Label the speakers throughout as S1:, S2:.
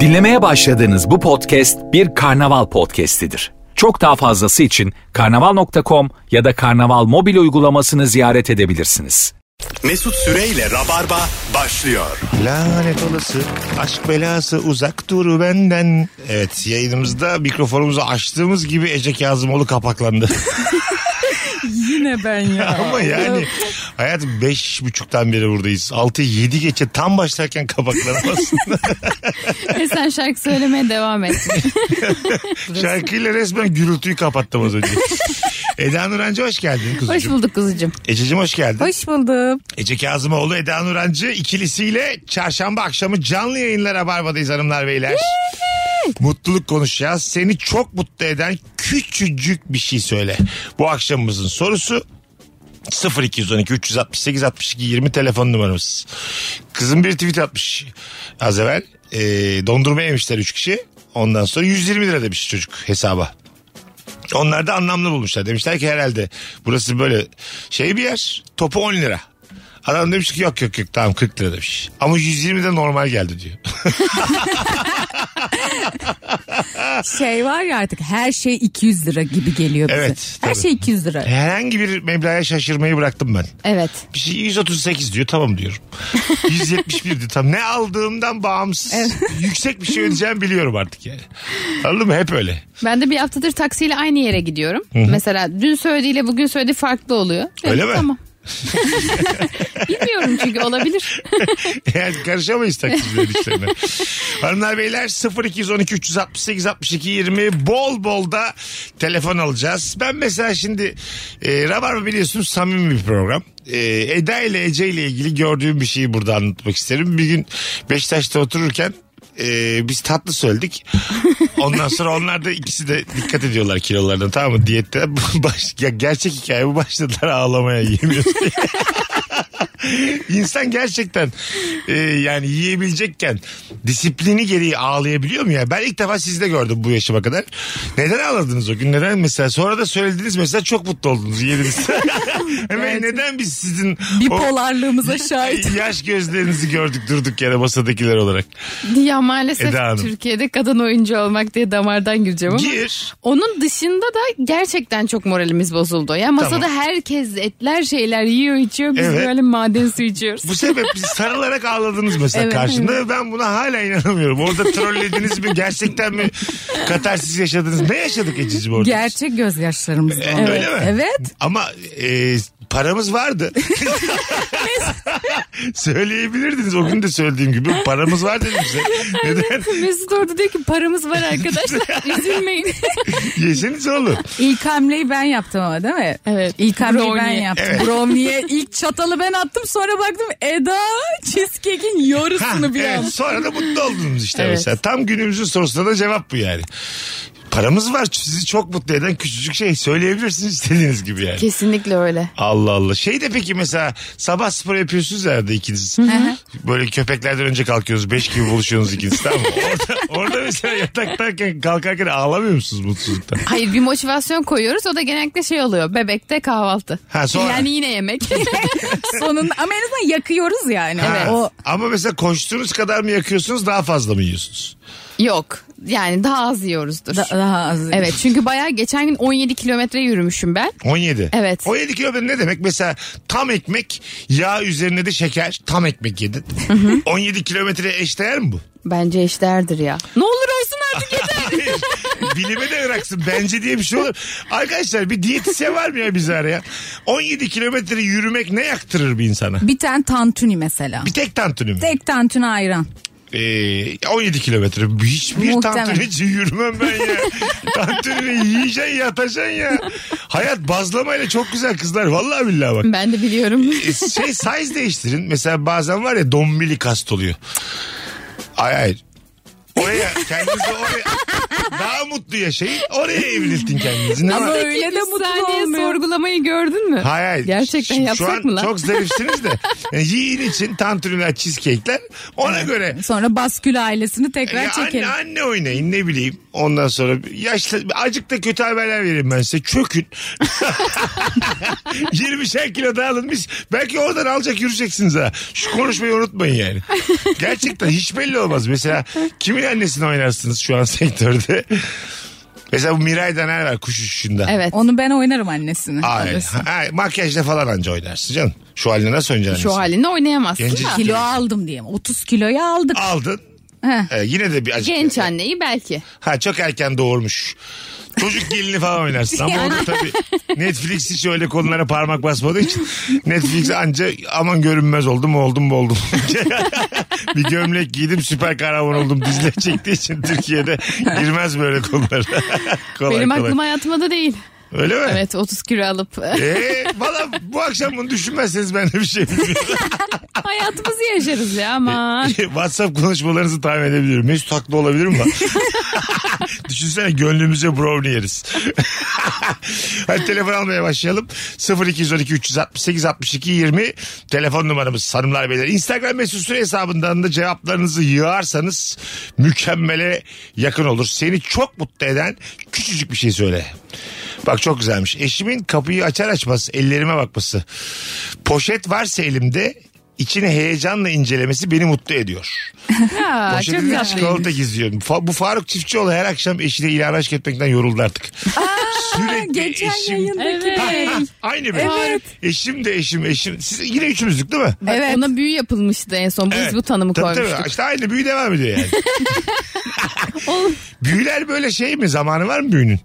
S1: Dinlemeye başladığınız bu podcast bir karnaval podcastidir. Çok daha fazlası için karnaval.com ya da karnaval mobil uygulamasını ziyaret edebilirsiniz.
S2: Mesut Süreyle Rabarba başlıyor.
S3: Lanet olası aşk belası uzak duru benden. Evet yayınımızda mikrofonumuzu açtığımız gibi Ece Kazımoğlu kapaklandı.
S4: Yine ben ya.
S3: Ama yani hayatım beş buçuktan beri buradayız. Altı yedi geçe tam başlarken kapaklanamazsın.
S4: E sen şarkı söylemeye devam et.
S3: Şarkıyla resmen gürültüyü kapattım az önce. Eda Nurancı hoş geldin
S4: Hoş
S3: kuzucuğum.
S4: bulduk kuzucuğum.
S3: Ececiğim hoş geldin.
S4: Hoş buldum.
S3: Ece Kazımoğlu, Eda Nurancı ikilisiyle çarşamba akşamı canlı yayınlara Barbadayız hanımlar beyler. Mutluluk konuşacağız. Seni çok mutlu eden küçücük bir şey söyle. Bu akşamımızın sorusu 0212 368 62 20 telefon numaramız. Kızım bir tweet atmış az evvel. Ee, dondurma yemişler 3 kişi. Ondan sonra 120 lira demiş çocuk hesaba. Onlar da anlamlı bulmuşlar. Demişler ki herhalde burası böyle şey bir yer. Topu 10 lira. Adam demiş ki yok yok yok tamam 40 lira demiş. Ama 120 de normal geldi diyor.
S4: Şey var ya artık her şey 200 lira gibi geliyor bize.
S3: Evet,
S4: Her
S3: tabii.
S4: şey 200 lira.
S3: Herhangi bir meblağa şaşırmayı bıraktım ben.
S4: Evet.
S3: Bir şey 138 diyor tamam diyorum. 171 diyor tamam. Ne aldığımdan bağımsız. Yüksek bir şey ödeyeceğimi biliyorum artık yani. Anladın mı? Hep öyle.
S4: Ben de bir haftadır taksiyle aynı yere gidiyorum. Mesela dün söylediğiyle bugün söylediği farklı oluyor.
S3: Öyle
S4: Evet,
S3: mi?
S4: Tamam. Bilmiyorum çünkü olabilir.
S3: Yani karışamayız taksicilerin işlerine. Hanımlar beyler 0212 368 62 20 bol bol da telefon alacağız. Ben mesela şimdi e, Rabarba biliyorsunuz samimi bir program. E, Eda ile Ece ile ilgili gördüğüm bir şeyi burada anlatmak isterim. Bir gün Beşiktaş'ta otururken e, biz tatlı söyledik. Ondan sonra onlar da ikisi de dikkat ediyorlar kilolarına tamam mı? Diyette baş, ya gerçek hikaye bu başladılar ağlamaya yiyemiyorsun. İnsan gerçekten e, yani yiyebilecekken disiplini gereği ağlayabiliyor mu ya? Ben ilk defa sizde gördüm bu yaşıma kadar. Neden ağladınız o gün? Neden mesela sonra da söylediniz mesela çok mutlu oldunuz yediniz. Hemen neden biz sizin
S4: Bir
S3: o
S4: polarlığımıza şahit.
S3: yaş gözlerinizi gördük durduk yere masadakiler olarak.
S4: ya maalesef
S3: Eda Hanım.
S4: Türkiye'de kadın oyuncu olmak diye damardan gireceğim ama.
S3: Gir.
S4: Onun dışında da gerçekten çok moralimiz bozuldu. Ya masada
S3: Tamam.
S4: herkes etler şeyler yiyor içiyor biz
S3: Evet.
S4: böyle maden suyu içiyoruz.
S3: Bu sebep biz sarılarak ağladınız mesela
S4: Evet,
S3: karşında. Ben buna hala inanamıyorum. Orada trollediniz mi? Gerçekten mi? Katarsiz yaşadınız. Ne yaşadık Ececiğim orada? biz?
S5: Gerçek gözyaşlarımız.
S3: E,
S5: Evet.
S3: Öyle mi?
S5: Evet.
S3: Ama e, paramız vardı. Söyleyebilirdiniz o gün de söylediğim gibi paramız var dedim size. Neden?
S4: Mesut orada diyor ki paramız var arkadaşlar üzülmeyin.
S3: Yeseniz oğlum.
S5: İlk hamleyi ben yaptım ama değil mi?
S4: Evet.
S5: İlk hamleyi ben
S4: Brownie.
S5: yaptım.
S3: Evet.
S5: Brownie'ye ilk çatalı ben attım sonra baktım Eda cheesecake'in
S3: Ha,
S5: yarısını bir an.
S3: evet, sonra da mutlu oldunuz işte
S4: Evet.
S3: mesela. Tam günümüzün sorusuna da cevap bu yani. Paramız var sizi çok mutlu eden küçücük şey söyleyebilirsiniz istediğiniz gibi yani.
S4: Kesinlikle öyle.
S3: Allah Allah. Şey de peki mesela sabah spor yapıyorsunuz herhalde ikiniz. Böyle köpeklerden önce kalkıyorsunuz. Beş gibi buluşuyorsunuz ikiniz tamam mı? Orada, orada mesela yataktayken kalkarken ağlamıyor musunuz mutsuzluktan?
S4: Hayır bir motivasyon koyuyoruz o da genellikle şey oluyor bebekte kahvaltı.
S3: Ha, sonra.
S4: Yani yine yemek.
S5: Sonun ama en azından yakıyoruz yani.
S3: Ha,
S5: O
S3: Ama mesela koştuğunuz kadar mı yakıyorsunuz daha fazla mı yiyorsunuz?
S4: Yok yani daha az yiyoruzdur.
S5: da- daha az.
S4: evet çünkü bayağı geçen gün 17 kilometre yürümüşüm ben.
S3: 17.
S4: Evet.
S3: 17 kilometre ne demek? Mesela tam ekmek yağ üzerine de şeker tam ekmek yedin. 17 kilometre eşdeğer mi bu?
S4: Bence eşdeğerdir ya.
S5: Ne olur olsun artık
S3: Hayır. Bilime de bıraksın. Bence diye bir şey olur. Arkadaşlar bir diyetisyen var mı ya bizi arayan? 17 kilometre yürümek ne yaktırır bir insana?
S5: Bir tane tantuni mesela.
S3: Bir tek tantuni mi?
S5: Tek tantuni ayran.
S3: Ee, 17 kilometre. Hiçbir
S5: Muhtemelen.
S3: tantuni için yürümem ben ya. tantuni yiyeceksin yatacaksın ya. Hayat bazlamayla çok güzel kızlar. Vallahi billahi bak.
S4: Ben de biliyorum.
S3: E, şey size değiştirin. Mesela bazen var ya dombilik hasta oluyor. Ay ay. Oraya kendinizi oraya daha mutlu yaşayın. Oraya evriltin kendinizi. Ne
S5: Ama
S3: var?
S5: öyle de
S4: Üç
S5: mutlu
S4: saniye
S5: olmuyor.
S4: sorgulamayı gördün mü?
S3: Hayır, hayır.
S4: Gerçekten
S3: Şimdi
S4: yapsak
S3: şu an
S4: mı lan?
S3: Çok zarifsiniz de. Yani yiyin için tantuniler, cheesecake'ler ona göre.
S5: Sonra baskül ailesini tekrar
S3: Ya anne
S5: çekelim.
S3: anne oynayın ne bileyim. Ondan sonra yaşlı acık da kötü haberler vereyim ben size. Çökün. 20'şer kilo daha alınmış. Belki oradan alacak yürüyeceksiniz ha. Şu konuşmayı unutmayın yani. Gerçekten hiç belli olmaz. Mesela kimin annesini oynarsınız şu an sektörde? Mesela bu Miray Daner var kuş uçuşunda.
S4: Evet.
S5: Onu ben oynarım annesini.
S3: Ay,
S5: Alırsın.
S3: ay, makyajla falan anca oynarsın canım. Şu haline nasıl oynayacaksın?
S4: Şu halinde oynayamazsın
S3: Gencecik.
S4: da.
S5: Kilo aldım diye. 30 kiloyu aldık.
S3: Aldın.
S5: Heh.
S3: Ee, yine de bir acık.
S4: Genç anneyi belki.
S3: Ha çok erken doğurmuş. Çocuk gelini falan oynarsın ama onu tabii Netflix hiç öyle konulara parmak basmadığı için Netflix anca aman görünmez oldum oldum bu oldum. bir gömlek giydim süper kahraman oldum diziler çektiği için Türkiye'de girmez böyle konulara. kolay
S4: Benim
S3: kolay.
S4: aklıma hayatımda da değil.
S3: Öyle mi?
S4: Evet 30 kilo alıp
S3: Ee, valla bu akşam bunu düşünmezseniz ben de bir şey bilmiyorum.
S4: hayatımızı yaşarız ya aman.
S3: WhatsApp konuşmalarınızı tahmin edebiliyorum. Mesut haklı olabilir mi? Düşünsene gönlümüze brownie yeriz. Hadi telefon almaya başlayalım. 0212 368 62 20 telefon numaramız hanımlar beyler. Instagram mesut süre hesabından da cevaplarınızı yığarsanız mükemmele yakın olur. Seni çok mutlu eden küçücük bir şey söyle. Bak çok güzelmiş. Eşimin kapıyı açar açmaz ellerime bakması. Poşet varsa elimde içini heyecanla incelemesi beni mutlu ediyor. E,
S4: Ya, çok
S3: Poşetinde
S4: tatlıymış.
S3: çikolata gizliyorum. Fa- bu Faruk Çiftçioğlu her akşam eşine ilan aşk etmekten yoruldu artık. Sürekli
S5: Geçen
S3: eşim...
S5: yayındaki.
S4: Evet.
S3: Ha, Aynı benim.
S5: Evet.
S3: Eşim de eşim eşim. Siz yine üçümüzdük değil mi?
S5: Evet.
S4: Ona büyü yapılmıştı en son. Biz
S3: Evet.
S4: bu tanımı
S3: Tabii
S4: koymuştuk.
S3: Tabii. İşte aynı büyü devam ediyor yani. Büyüler böyle şey mi? Zamanı var mı büyünün?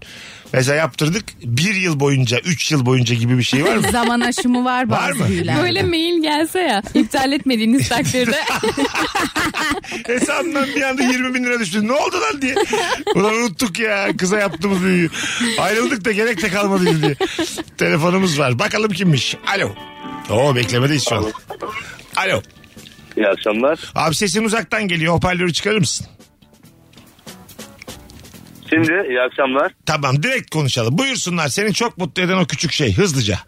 S3: Mesela yaptırdık bir yıl boyunca, üç yıl boyunca gibi bir şey var mı?
S5: Zaman aşımı var
S3: Var mı?
S5: bazı büyülerde.
S4: Böyle mail gelse ya iptal etmediğiniz takdirde
S3: Hesabından bir anda 20 bin lira düştü. Ne oldu lan diye. Ulan unuttuk ya. Kıza yaptığımız büyüyü. Ayrıldık da gerek de kalmadı diye. Telefonumuz var. Bakalım kimmiş. Alo. Oo beklemedeyiz şu an. Alo.
S6: İyi akşamlar.
S3: Abi sesin uzaktan geliyor. Hoparlörü çıkarır mısın?
S6: Şimdi iyi akşamlar.
S3: Tamam direkt konuşalım. Buyursunlar. Seni çok mutlu eden o küçük şey. Hızlıca.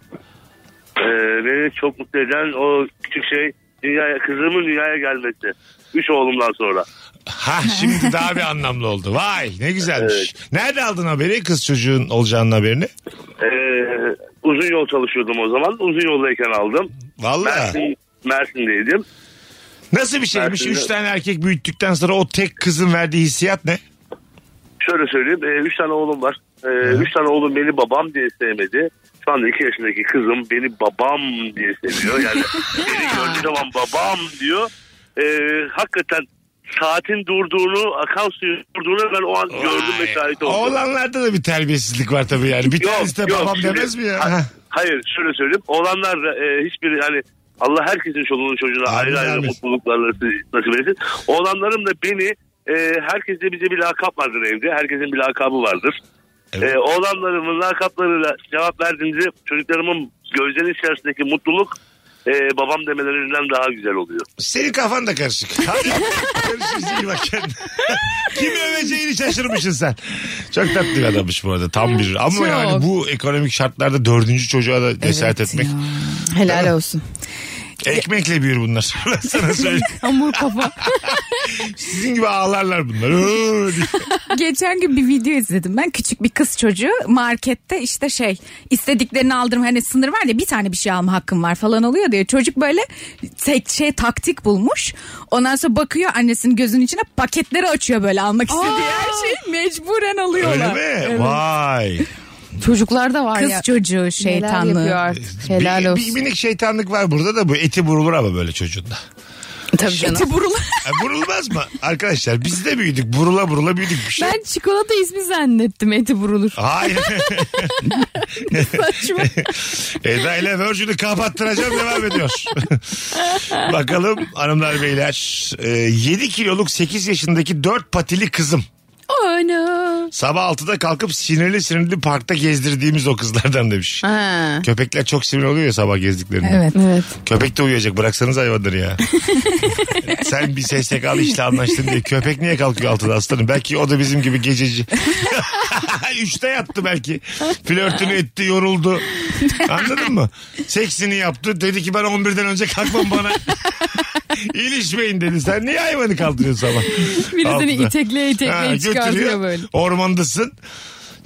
S6: Ee, beni çok mutlu eden o küçük şey dünyaya, kızımın dünyaya gelmesi. Üç oğlumdan sonra.
S3: Ha şimdi daha bir anlamlı oldu. Vay ne güzelmiş. Nerede aldın haberi? Kız çocuğun olacağının haberini.
S6: Ee, uzun yol çalışıyordum o zaman. Uzun yoldayken aldım.
S3: Vallahi.
S6: Mersin, Mersin'deydim.
S3: Nasıl bir şeymiş?
S6: Mersin'de-
S3: Üç tane erkek büyüttükten sonra o tek kızın verdiği hissiyat ne?
S6: Şöyle söyleyeyim. e, üç tane oğlum var. E, üç tane oğlum beni babam diye sevmedi. Şu anda iki yaşındaki kızım beni babam diye seviyor. Yani beni gördüğü zaman babam diyor. E, hakikaten saatin durduğunu, akan suyun durduğunu ben o an gördüm ve şahit oldum.
S3: Oğlanlarda da bir terbiyesizlik var tabii yani. Bir
S6: Yok,
S3: tanesi de
S6: yok,
S3: babam
S6: şimdi-
S3: demez mi ya?
S6: Ha-
S3: Ha.
S6: Hayır şöyle söyleyeyim. Olanlar da e, hiçbiri hani Allah herkesin çoluğunu çocuğuna
S3: Amin,
S6: ayrı ayrı
S3: amin.
S6: mutluluklarla nasip etsin. Olanlarım da beni e, herkeste bize bir lakap vardır evde. Herkesin bir lakabı vardır.
S3: Evet.
S6: E, oğlanlarımın lakaplarıyla cevap verdiğimde çocuklarımın gözlerinin içerisindeki mutluluk e, babam demelerinden daha güzel oluyor.
S3: Senin kafan da karışık. Hadi görüşürüz iyi bak kendine. Kimi öveceğini şaşırmışsın sen. Çok tatlı bir adammış bu arada tam bir. Ama
S4: Çok.
S3: yani bu ekonomik şartlarda dördüncü çocuğa da cesaret etmek.
S5: ya.
S4: helal olsun.
S3: Ekmekle büyür bunlar. Ben sana söyleyeyim.
S4: Hamur kafa.
S3: Sizin gibi ağlarlar bunlar. Oo diye.
S5: Geçen gün bir video izledim ben küçük bir kız çocuğu markette işte şey istediklerini aldırma hani sınır var ya bir tane bir şey alma hakkım var falan oluyor diye çocuk böyle tek şey taktik bulmuş ondan sonra bakıyor annesinin gözünün içine paketleri açıyor böyle almak istediği her şeyi mecburen
S3: Öyle
S5: alıyorlar.
S3: mi? Vay.
S4: Çocuklarda var
S5: Kız
S4: ya.
S5: çocuğu
S4: Şeytanlığı. yapıyor
S5: şeytanlığı.
S4: artık.
S3: E,
S4: Helal
S3: bir, bir
S4: olsun.
S3: minik şeytanlık var burada da bu eti burulur ama böyle çocuğunda.
S4: Tabii canım.
S5: Eti burulu.
S3: E, burulmaz mı? Arkadaşlar biz de büyüdük. Burula burula büyüdük. Bir şey
S4: Ben çikolata ismi zannettim eti vurulur.
S3: Hayır. Eda ile Virgin'i kapattıracağım devam ediyor. Bakalım hanımlar E, beyler. Ee, 7 kiloluk 8 yaşındaki 4 patili kızım.
S4: Ana.
S3: Sabah 6'da kalkıp sinirli sinirli parkta gezdirdiğimiz o kızlardan demiş.
S4: Ha.
S3: Köpekler çok sinirli oluyor ya sabah gezdiklerinde.
S5: Evet.
S4: Evet.
S3: Köpek de uyuyacak bıraksanız hayvanları ya. Sen bir SSK'lı işle anlaştın diye köpek niye kalkıyor altıda aslanım? Belki o da bizim gibi gececi. Üçte yattı belki. Flörtünü etti yoruldu. Anladın mı? Seksini yaptı. Dedi ki ben 11'den önce kalkmam bana. İlişmeyin dedi. Sen niye hayvanı kaldırıyorsun sabah?
S4: Birisini
S3: Altıda.
S4: itekleye
S3: Ha,
S4: itekleye çıkartıyor
S3: götürüyor.
S4: böyle.
S3: Ormandasın.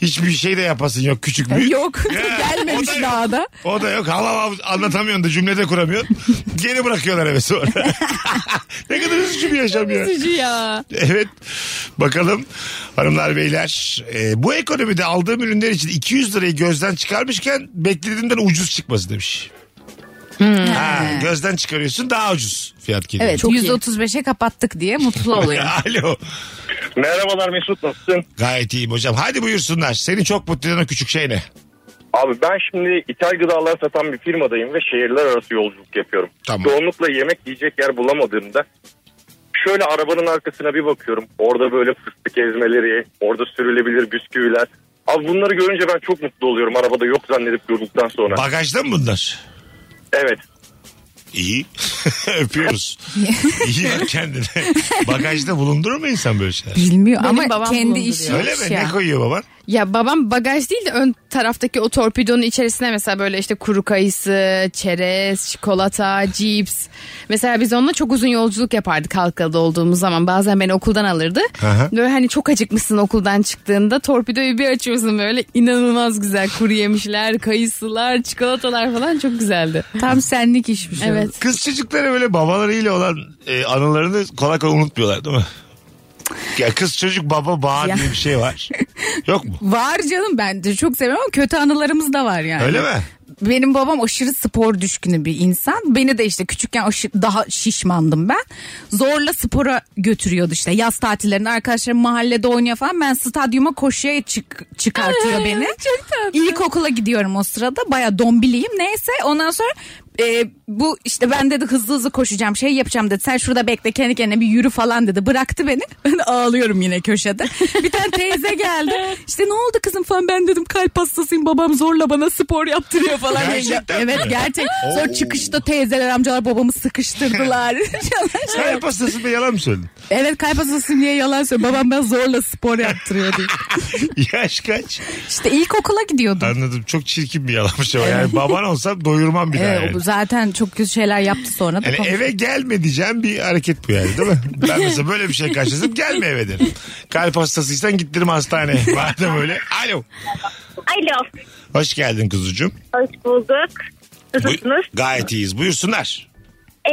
S3: Hiçbir şey de yapasın yok küçük büyük.
S5: Yok.
S3: Ya,
S5: Gelmemiş
S3: o da yok.
S5: daha
S3: O da yok. Hava hava anlatamıyorsun da cümlede kuramıyorsun. Geri bırakıyorlar eve sonra. ne kadar üzücü bir yaşam ya.
S4: Üzücü ya.
S3: Evet. Bakalım hanımlar beyler. Ee, bu ekonomide aldığım ürünler için 200 lirayı gözden çıkarmışken beklediğimden ucuz çıkması demiş. Ha, gözden çıkarıyorsun daha ucuz fiyat geliyor.
S5: Hmm. Evet
S4: Çok iyi.
S5: 135'e kapattık diye mutlu oluyor.
S3: Alo.
S7: Merhabalar Mesut nasılsın?
S3: Gayet iyiyim hocam. Hadi buyursunlar. Seni çok mutlu eden o küçük şey ne?
S7: Abi ben şimdi ithal gıdalar satan bir firmadayım ve şehirler arası yolculuk yapıyorum.
S3: Tamam.
S7: Çoğunlukla yemek yiyecek yer bulamadığımda şöyle arabanın arkasına bir bakıyorum. Orada böyle fıstık ezmeleri, orada sürülebilir bisküviler. Abi bunları görünce ben çok mutlu oluyorum arabada yok zannedip durduktan sonra.
S3: Bagajda mı bunlar?
S7: Evet.
S3: İyi. Öpüyoruz. İyi bak kendine. Bagajda bulundurur mu insan böyle şeyler?
S5: Bilmiyor
S4: Benim
S5: ama
S4: babam
S5: kendi
S4: bulunduruyor.
S5: işi
S3: Öyle
S5: iş
S3: mi?
S5: ya.
S3: Ne koyuyor baban?
S4: Ya babam bagaj değil de ön taraftaki o torpidonun içerisine mesela böyle işte kuru kayısı, çerez, çikolata, cips. Mesela biz onunla çok uzun yolculuk yapardık Halkalı'da olduğumuz zaman. Bazen beni okuldan alırdı.
S3: Aha.
S4: Böyle hani çok acıkmışsın okuldan çıktığında torpidoyu bir açıyorsun böyle inanılmaz güzel kuru yemişler, kayısılar, çikolatalar falan çok güzeldi.
S5: Tam senlik işmiş. o.
S4: Evet.
S3: Kız çocukları böyle babalarıyla olan e, anılarını kolay kolay unutmuyorlar değil mi? Ya kız çocuk baba bağ diye bir şey var. Yok mu?
S5: Var canım ben de çok seviyorum ama kötü anılarımız da var yani.
S3: Öyle mi?
S5: Benim babam aşırı spor düşkünü bir insan. Beni de işte küçükken aşırı, daha şişmandım ben. Zorla spora götürüyordu işte. Yaz tatillerinde arkadaşlarım mahallede oynuyor falan. Ben stadyuma koşuya çık, çıkartıyor beni.
S4: Çok tatlı.
S5: İlkokula gidiyorum o sırada. Baya dombiliyim neyse. Ondan sonra e, bu işte ben dedi hızlı hızlı koşacağım şey yapacağım dedi. Sen şurada bekle kendi kendine bir yürü falan dedi. Bıraktı beni. Ben de ağlıyorum yine köşede. Bir tane teyze geldi. İşte ne oldu kızım falan ben dedim kalp hastasıyım. Babam zorla bana spor yaptırıyor falan.
S3: Gerçekten
S5: evet
S3: mi?
S5: gerçek. Sonra
S3: Oo.
S5: çıkışta teyzeler amcalar babamı sıkıştırdılar.
S3: Sen yapasın da yalan mı söyledin?
S5: evet kalp hastasıyım diye yalan söylüyor. Babam ben zorla spor yaptırıyor diye.
S3: Yaş kaç?
S5: İşte ilkokula gidiyordum.
S3: Anladım. Çok çirkin bir yalanmış ama yani baban olsam doyurmam bir daha.
S5: Ee,
S3: yani.
S5: o zaten çok kötü şeyler yaptı sonra da.
S3: Yani Hani eve gelme diyeceğim bir hareket bu yani değil mi? Ben mesela böyle bir şey karşılasam gelme eve derim. Kalp hastasıysan gittirme hastaneye. Madem öyle. Alo.
S8: Alo.
S3: Hoş geldin kuzucuğum.
S8: Hoş bulduk.
S3: Buy-
S8: Nasılsınız?
S3: Gayet iyiyiz. Buyursunlar.
S8: Ee,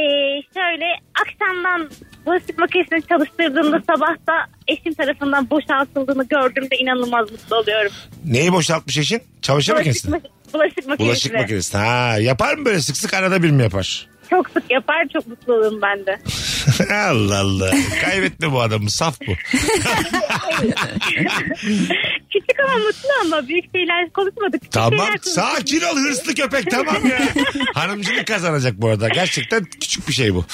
S8: şöyle akşamdan bulaşık makinesini çalıştırdığımda sabah da eşim tarafından boşaltıldığını gördüğümde inanılmaz mutlu oluyorum.
S3: Neyi boşaltmış eşin? Çamaşır
S8: Bulaşık,
S3: makinesi.
S8: ma- bulaşık makinesi.
S3: Bulaşık makinesi. Ha, yapar mı böyle sık sık arada bir mi yapar?
S8: Çok sık yapar çok mutlu olurum ben de.
S3: Allah Allah. Kaybetme bu adamı. Saf bu.
S8: Küçük ama mutlu ama büyük şeyler konuşmadık. Küçük
S3: Tamam.
S8: şeyler konuştuk.
S3: Sakin ol hırslı köpek tamam ya. Hanımcılık kazanacak bu arada. Gerçekten küçük bir şey bu.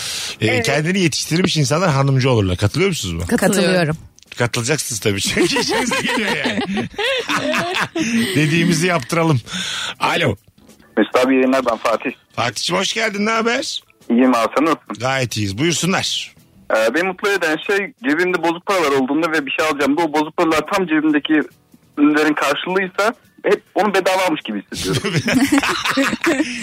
S3: Ee, Kendini yetiştirmiş insanlar hanımcı olurlar. Katılıyor musunuz buna?
S5: Katılıyorum.
S3: Katılacaksınız tabii. Çünkü işinize geliyor yani. Dediğimizi yaptıralım. Alo.
S6: Mesut abi yayınlar ben Fatih.
S3: Fatih'cim hoş geldin. Ne haber?
S6: İyiyim abi sen nasılsın?
S3: Gayet iyiyiz. Buyursunlar.
S6: Ee, beni mutlu eden şey cebimde bozuk paralar olduğunda ve bir şey alacağımda o bozuk paralar tam cebimdeki ürünlerin karşılığıysa hep onu bedava almış gibi hissediyorum.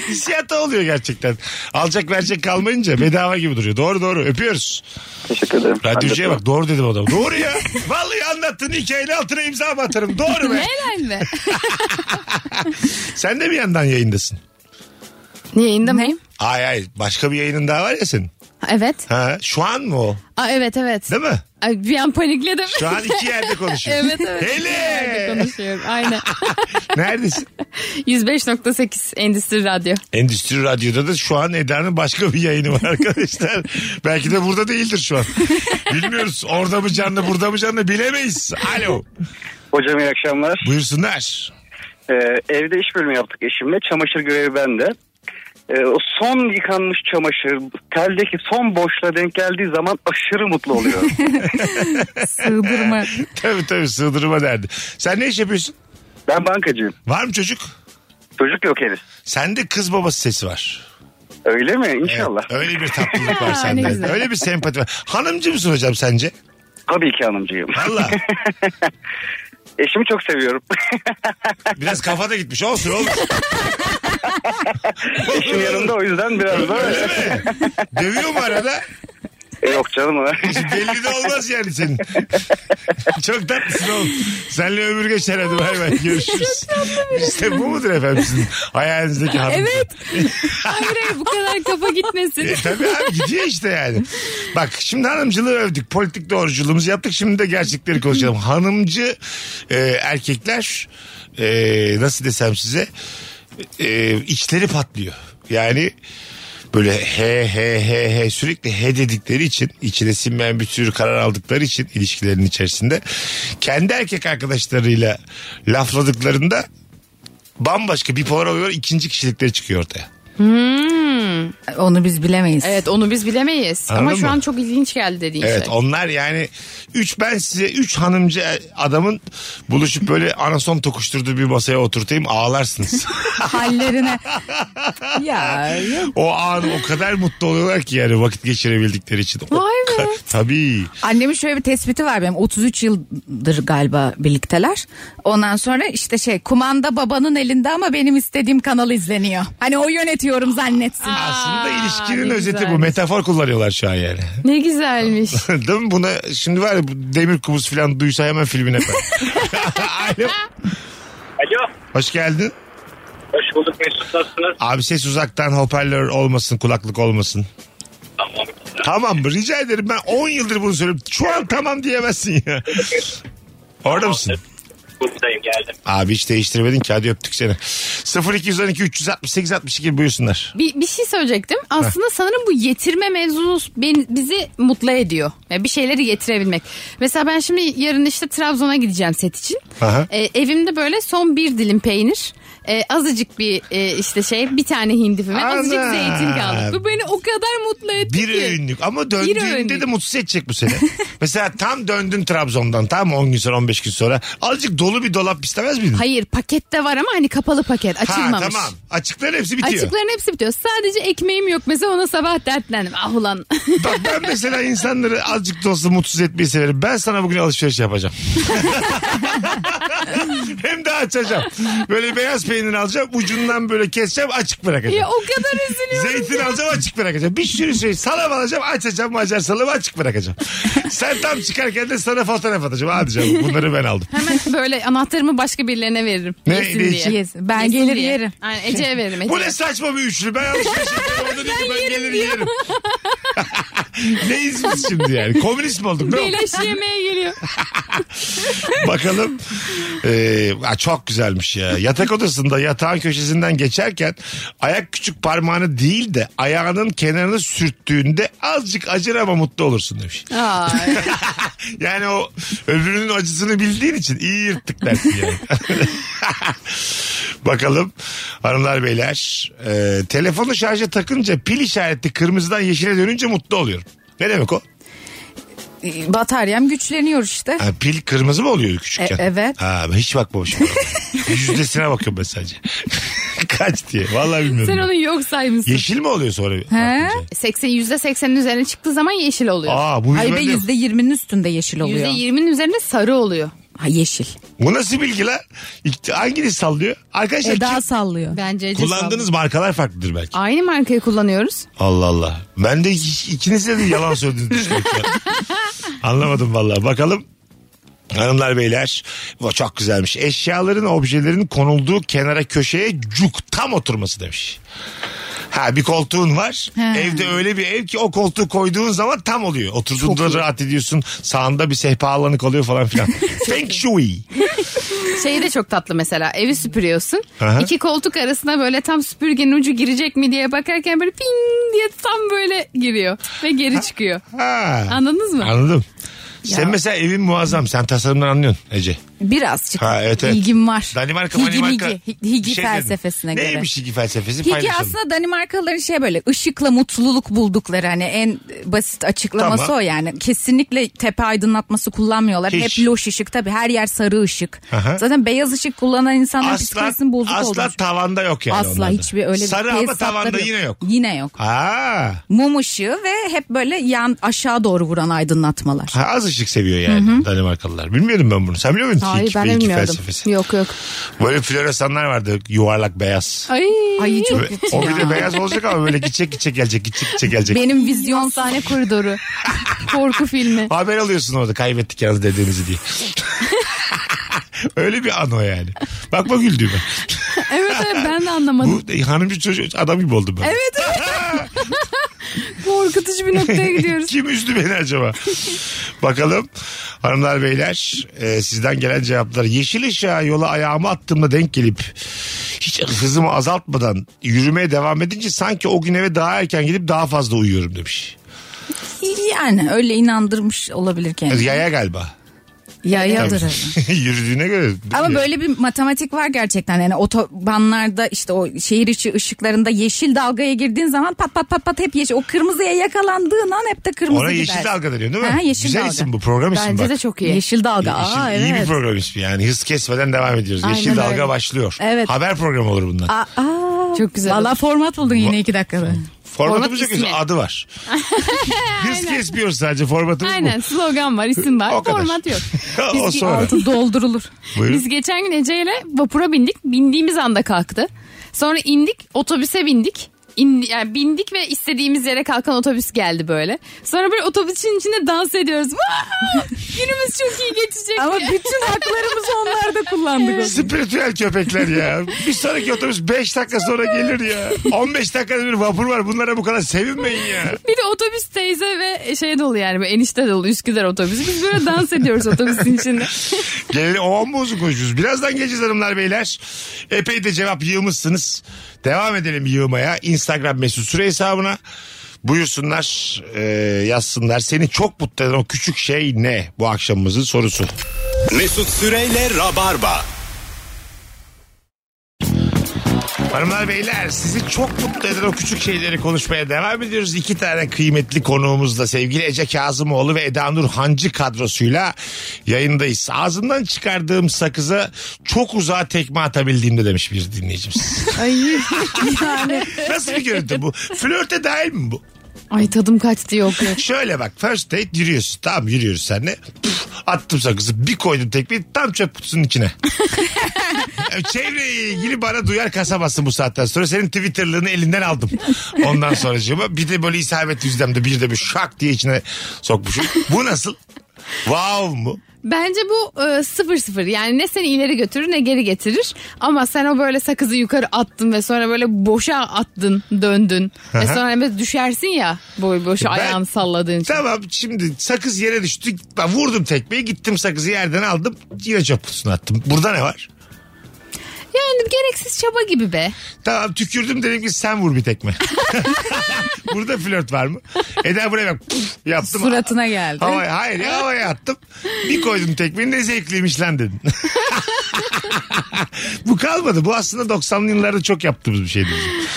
S3: Hissiyata oluyor gerçekten. Alacak verecek kalmayınca bedava gibi duruyor. Doğru doğru. Öpüyoruz.
S6: Teşekkür ederim.
S3: Radyocuya
S6: Ben de-
S3: bak doğru dedim adam. Doğru ya. Vallahi anlattın hikayenin altına imza mı atarım. Doğru be.
S4: Helal be.
S3: Sen de bir yandan yayındasın.
S4: Yayında mıyım?
S3: Hayır hayır. Başka bir yayının daha var ya senin.
S4: Evet.
S3: Ha, şu an mı o?
S4: Aa, evet evet.
S3: Değil mi?
S4: Ay, bir an panikledim.
S3: Şu an iki yerde konuşuyoruz.
S4: Evet evet.
S3: Hele.
S4: Konuşuyorum. Aynen.
S3: Neredesin?
S4: 105.8 Endüstri Radyo.
S3: Endüstri Radyo'da da şu an Eda'nın başka bir yayını var arkadaşlar. Belki de burada değildir şu an. Bilmiyoruz. Orada mı canlı burada mı canlı bilemeyiz. Alo.
S6: Hocam iyi akşamlar.
S3: Buyursunlar.
S6: Ee, evde iş bölümü yaptık eşimle. Çamaşır görevi bende. e, o son yıkanmış çamaşır teldeki son boşluğa denk geldiği zaman aşırı mutlu oluyorum.
S5: Sığdırma.
S3: Tabii tabii sığdırma derdi. Sen ne iş yapıyorsun?
S6: ben bankacıyım.
S3: Var mı çocuk?
S6: Çocuk yok henüz.
S3: Sende kız babası sesi var.
S6: Öyle mi? İnşallah.
S3: Evet, öyle bir tatlılık var
S4: Ya, ne
S3: sende.
S4: güzel.
S3: Öyle bir sempati var. Hanımcı mısın hocam sence?
S6: Tabii ki hanımcıyım.
S3: Valla
S6: Eşimi çok seviyorum.
S3: biraz kafada gitmiş olsun oğlum.
S6: Eşim yanımda o yüzden biraz da...
S3: Öyle mi? Dövüyor mu arada?
S6: E, yok canım.
S3: Belli de olmaz yani senin. Çok tatlısın oğlum. Senle ömür geçer hadi bay bay görüşürüz. işte bu mudur efendim sizin hayalinizdeki hanım?
S4: Evet. Hayır hayır bu kadar kafa gitmesin.
S3: E, tabii abi gidiyor işte yani. Bak şimdi hanımcılığı övdük. Politik doğruculuğumuzu yaptık. Şimdi de gerçekleri konuşalım. Hanımcı e, erkekler e, nasıl desem size e, içleri patlıyor. Yani böyle he he he he sürekli he dedikleri için içine sinmeyen bir sürü karar aldıkları için ilişkilerin içerisinde kendi erkek arkadaşlarıyla lafladıklarında bambaşka bipolar oluyor ikinci kişilikleri çıkıyor ortaya.
S5: Onu biz bilemeyiz.
S4: Evet onu biz bilemeyiz.
S3: Anladın
S4: Ama şu
S3: mı?
S4: an çok ilginç geldi dediğin
S3: Evet
S4: şey.
S3: onlar yani üç ben size üç hanımcı adamın buluşup böyle anason tokuşturduğu bir masaya oturtayım ağlarsınız.
S5: Hallerine. ya yok.
S3: o an o kadar mutlu oluyorlar ki yani vakit geçirebildikleri için. O
S4: Vay be.
S3: ka- Tabii.
S5: Annemin şöyle bir tespiti var benim 33 yıldır galiba birlikteler. Ondan sonra işte şey kumanda babanın elinde ama benim istediğim kanal izleniyor. Hani o yönetiyorum zannetsin.
S3: Aslında ilişkinin
S4: ne
S3: özeti bu.
S4: güzelmiş.
S3: Metafor kullanıyorlar şu an yani.
S4: Ne güzelmiş.
S3: Değil mi? Buna şimdi var ya bu demir kubus falan duysa hemen filmine koy. Alo.
S7: Alo.
S3: Hoş geldin.
S7: Hoş bulduk Mesut nasılsınız?
S3: Abi ses uzaktan hoparlör olmasın kulaklık olmasın.
S7: Tamam.
S3: Tamam mı? rica ederim ben 10 yıldır bunu söylüyorum. Şu an tamam diyemezsin ya. Orada mısın?
S7: Buradayım geldim.
S3: Abi hiç değiştirmedin ki hadi öptük seni. 0212 368 62 buyursunlar.
S4: Bir, bir şey söyleyecektim. Aslında sanırım bu yetirme mevzusu beni- bizi mutlu ediyor. Yani bir şeyleri getirebilmek. Mesela ben şimdi yarın işte Trabzon'a gideceğim set için.
S3: Aha.
S4: Ee, evimde böyle son bir dilim peynir. e, azıcık bir e, işte şey bir tane hindi ve
S3: Ana.
S4: azıcık zeytin kaldı. Bu beni o kadar mutlu etti
S3: Bir
S4: ki.
S3: öğünlük ama döndüğünde
S4: öğünlük.
S3: de mutsuz edecek bu seni. Mesela tam döndün Trabzon'dan tamam mı? 10 gün sonra 15 gün sonra azıcık dolu bir dolap istemez miydin?
S4: Hayır pakette var ama hani kapalı paket açılmamış.
S3: Ha tamam açıkların hepsi bitiyor.
S4: Açıkların hepsi bitiyor. Sadece ekmeğim yok. Mesela ona sabah dertlendim. Ah ulan.
S3: Bak ben mesela insanları azıcık da olsa mutsuz etmeyi severim. Ben sana bugün alışveriş yapacağım. Hem de açacağım. Böyle beyaz peynir alacağım. Ucundan böyle keseceğim açık bırakacağım.
S4: ya o kadar üzülüyorum.
S3: Zeytin alacağım açık bırakacağım. Bir sürü şey salam alacağım açacağım Macar salamı açık bırakacağım. Sen tam çıkarken de sana fotoğraf atacağım. Hadi canım bunları ben aldım.
S4: Hemen böyle anahtarımı başka birilerine veririm.
S3: Ne-
S4: Yesin
S3: ne
S4: diye.
S3: için?
S5: Yes, ben
S4: Yesin
S5: gelir
S4: diye.
S5: yerim.
S4: Aynen Ece'ye veririm.
S3: Bu
S4: Ece'ye.
S3: ne saçma bir üçlü. Ben alışveriş yapıyorum. Orada diyor ki ben gelir yerim. Neyiz biz şimdi yani? Komünist mi olduk? Ne olduk?
S4: Beleş yemeğe geliyor.
S3: Bakalım. Ee, aa, çok güzelmiş ya. Yatak odasında yatağın köşesinden geçerken ayak küçük parmağını değil de ayağının kenarını sürttüğünde azıcık acır ama mutlu olursun demiş.
S4: Ay.
S3: Yani o öbürünün acısını bildiğin için iyi yırttık dersin yani. Bakalım hanımlar beyler. Ee, telefonu şarja takınca pil işareti kırmızıdan yeşile dönünce mutlu oluyorum. Ne demek o?
S5: Bataryam güçleniyor işte.
S3: Ha, pil kırmızı mı oluyor küçükken?
S5: E, evet.
S3: Ha, ben hiç bakmamışım. Yüzdesine bakıyorum ben sadece. Kaç diye. Vallahi bilmiyorum.
S4: Sen
S3: ben.
S4: onu yok saymışsın.
S3: Yeşil mi oluyor sonra? bakınca?
S4: 80, %80'in üzerine çıktığı zaman yeşil oluyor.
S3: Aa bu
S5: Ay
S3: yüzden
S5: be
S3: de-
S5: yüzde yirminin üstünde yeşil oluyor.
S4: %20'nin üzerine sarı oluyor.
S5: Ha, yeşil.
S3: Bu nasıl bilgi la? İlk- Hangini sallıyor? Arkadaşlar
S5: Eda
S3: kim-
S5: Şey, sallıyor.
S4: Bence Ece
S3: kullandığınız
S4: sağlam.
S3: markalar farklıdır belki.
S4: Aynı markayı kullanıyoruz.
S3: Allah Allah. Ben de hiç- ikinize de yalan söylediğini düşünüyorum. şu an. Anlamadım vallahi. Bakalım. Hanımlar beyler bu çok güzelmiş. Eşyaların objelerin konulduğu kenara köşeye cuk tam oturması demiş. Ha bir koltuğun var. Evde öyle bir ev ki o koltuğu koyduğun zaman tam oluyor. Oturduğunda rahat ediyorsun. Sağında bir sehpa alanık oluyor falan filan. Feng Shui.
S4: Şey de çok tatlı mesela. Evi süpürüyorsun.
S3: Aha.
S4: İki koltuk arasına böyle tam süpürgenin ucu girecek mi diye bakarken böyle ping diye tam böyle giriyor. Ve geri çıkıyor.
S3: Ha.
S4: Anladınız mı?
S3: Anladım. Sen mesela evin muazzam. Sen tasarımdan anlıyorsun Ece.
S5: birazcık
S3: Ha, evet, evet.
S5: ilgim var.
S3: Danimarka,
S5: Higi,
S3: Manimarka.
S5: migi, hi- higi
S3: Bir şey
S5: felsefesine
S3: dedim.
S5: göre.
S3: Neymiş higi felsefesi?
S5: Higi
S3: Paylaşalım.
S5: aslında Danimarkalıların şey böyle ışıkla mutluluk buldukları hani en basit açıklaması
S3: Tamam.
S5: o yani. Kesinlikle tepe aydınlatması kullanmıyorlar.
S3: Hiç.
S5: Hep loş ışık tabii her yer sarı ışık.
S3: Aha.
S5: Zaten beyaz ışık kullanan insanların
S3: asla,
S5: psikolojisinin bozuk
S3: asla
S5: olduğunu
S3: tavanda yok yani
S5: Asla
S3: onlarda.
S5: hiçbir öyle bir
S3: Sarı ama
S5: tesisatları
S3: tavanda yine yok.
S5: Yine yok.
S3: Aa,
S5: Mum ışığı ve hep böyle yan aşağı doğru vuran aydınlatmalar.
S3: ha, az ışık seviyor yani Danimarkalılar. Bilmiyordum ben bunu. Sen biliyor muydun?
S4: Hayır
S3: Higi-
S4: ben
S3: higi
S4: de bilmiyordum.
S3: felsefesi?
S4: Yok yok.
S3: Böyle floresanlar vardı yuvarlak beyaz.
S4: Ay.
S5: Ay çok
S3: Ve-
S5: kötü
S3: o bir
S5: ya.
S3: de beyaz olacak ama böyle gidecek gidecek gelecek gidecek gidecek gelecek.
S5: Benim
S4: Vizyon
S5: vizyon
S4: sahne koridoru. Korku filmi.
S3: Haber alıyorsun orada kaybettik yalnız dediğimizi diye. Öyle bir an o yani. Bakma güldüğüme.
S4: Evet evet ben de anlamadım.
S3: Bu hanımcı çocuğu adam gibi oldum ben.
S4: Korkutucu bir noktaya gidiyoruz.
S3: Kim üzdü beni acaba? Bakalım hanımlar beyler e, sizden gelen cevaplar. Yeşil ışığa yola ayağımı attığımda denk gelip hiç hızımı azaltmadan yürümeye devam edince sanki o gün eve daha erken gidip daha fazla uyuyorum demiş.
S5: yani öyle inandırmış olabilir kendini.
S3: Yaya galiba.
S5: Yayadır. herhalde.
S3: Yürüdüğüne göre.
S5: Ama böyle bir matematik var gerçekten. Yani otobanlarda işte o şehir içi ışıklarında yeşil dalgaya girdiğin zaman pat pat pat pat hep yeşil. O kırmızıya yakalandığın an hep de kırmızı
S3: Ona
S5: gider.
S3: yeşil dalga deniyor değil mi?
S5: Ha, yeşil
S3: Güzel
S5: dalga.
S3: isim bu program ismi
S4: Bence
S3: bak.
S4: de çok iyi.
S5: Yeşil dalga.
S3: İşin
S5: Aa,
S3: iyi bir
S5: evet.
S3: program ismi yani. Hız kesmeden devam ediyoruz. Yeşil
S4: Aynen
S3: dalga
S4: öyle.
S3: başlıyor.
S5: Evet.
S3: Haber programı olur bundan.
S5: Aa,
S4: Çok güzel
S5: Valla
S4: olur.
S5: format buldun yine iki dakikada.
S3: Formatımız
S4: format
S3: yok.
S4: ismi.
S3: Adı var. Hız kesmiyoruz sadece formatımız
S4: Aynen slogan var isim var
S3: O kadar.
S4: format yok.
S3: bu. o sonra.
S5: Altı doldurulur.
S3: Buyurun.
S4: Biz geçen gün Ece ile vapura bindik. Bindiğimiz anda kalktı. Sonra indik otobüse bindik. İndi, yani bindik ve istediğimiz yere kalkan otobüs geldi böyle. Sonra böyle otobüsün içinde dans ediyoruz. Vaa! Günümüz çok iyi geçecek.
S5: Ama
S4: diye.
S5: bütün haklarımızı onlarda kullandık.
S3: Spiritüel köpekler ya. Bir sonraki otobüs 5 dakika sonra gelir ya. 15 dakikada bir vapur var. Bunlara bu kadar sevinmeyin ya.
S4: Bir de otobüs teyze ve şey dolu yani böyle enişte dolu Üsküdar otobüsü. Biz böyle dans ediyoruz otobüsün içinde.
S3: Geleli o an mı uzun konuşuyoruz? Birazdan geleceğiz hanımlar beyler. Epey de cevap yığmışsınız. Devam edelim yığmaya. Instagram mesut süre hesabına. Buyursunlar, e, yazsınlar. Seni çok mutlu eden o küçük şey ne? Bu akşamımızın sorusu.
S2: Mesut Süreyle Rabarba.
S3: Hanımlar beyler sizi çok mutlu eden o küçük şeyleri konuşmaya devam ediyoruz. İki tane kıymetli konuğumuzla sevgili Ece Kazımoğlu ve Eda Nur Hancı kadrosuyla yayındayız. Ağzından çıkardığım sakıza çok uzağa tekme atabildiğimde demiş bir dinleyicimiz. Nasıl bir görüntü bu? Flörte dahil mi bu?
S4: Ay tadım kaçtı yok yok.
S3: Şöyle bak first date yürüyorsun. Tamam yürüyoruz seninle. Püf, attım sakızı bir koydum tekmeyi tam çöp kutusunun içine. Yani Çevreyle ilgili bana duyar kasamazsın bu saatten sonra. Senin Twitter'lığını elinden aldım. Ondan sonra bir de böyle isabet yüzdemde bir de bir şak diye içine sokmuşum. Bu nasıl? Wow mu?
S4: Bence bu e, sıfır sıfır. Yani ne seni ileri götürür ne geri getirir. Ama sen o böyle sakızı yukarı attın ve sonra böyle boşa attın döndün. ve sonra hani düşersin ya boy boşa
S3: Ben-
S4: ayağını salladığın için.
S3: Tamam şimdi sakız yere düştü. Ben vurdum tekmeyi gittim sakızı yerden aldım. Yine çöp kutusuna attım. Burada ne var?
S4: Yani gereksiz çaba gibi be.
S3: Tamam tükürdüm dedim ki sen vur bir tekme. Burada flört var mı? Eda buraya bak puf, yaptım.
S5: Suratına geldi.
S3: Havaya, hayır ya, havaya attım. Bir koydum tekmeyi ne zevkliymiş lan dedin. bu kalmadı. Bu aslında 90'lı yıllarda çok yaptığımız bir şeydi. bizim.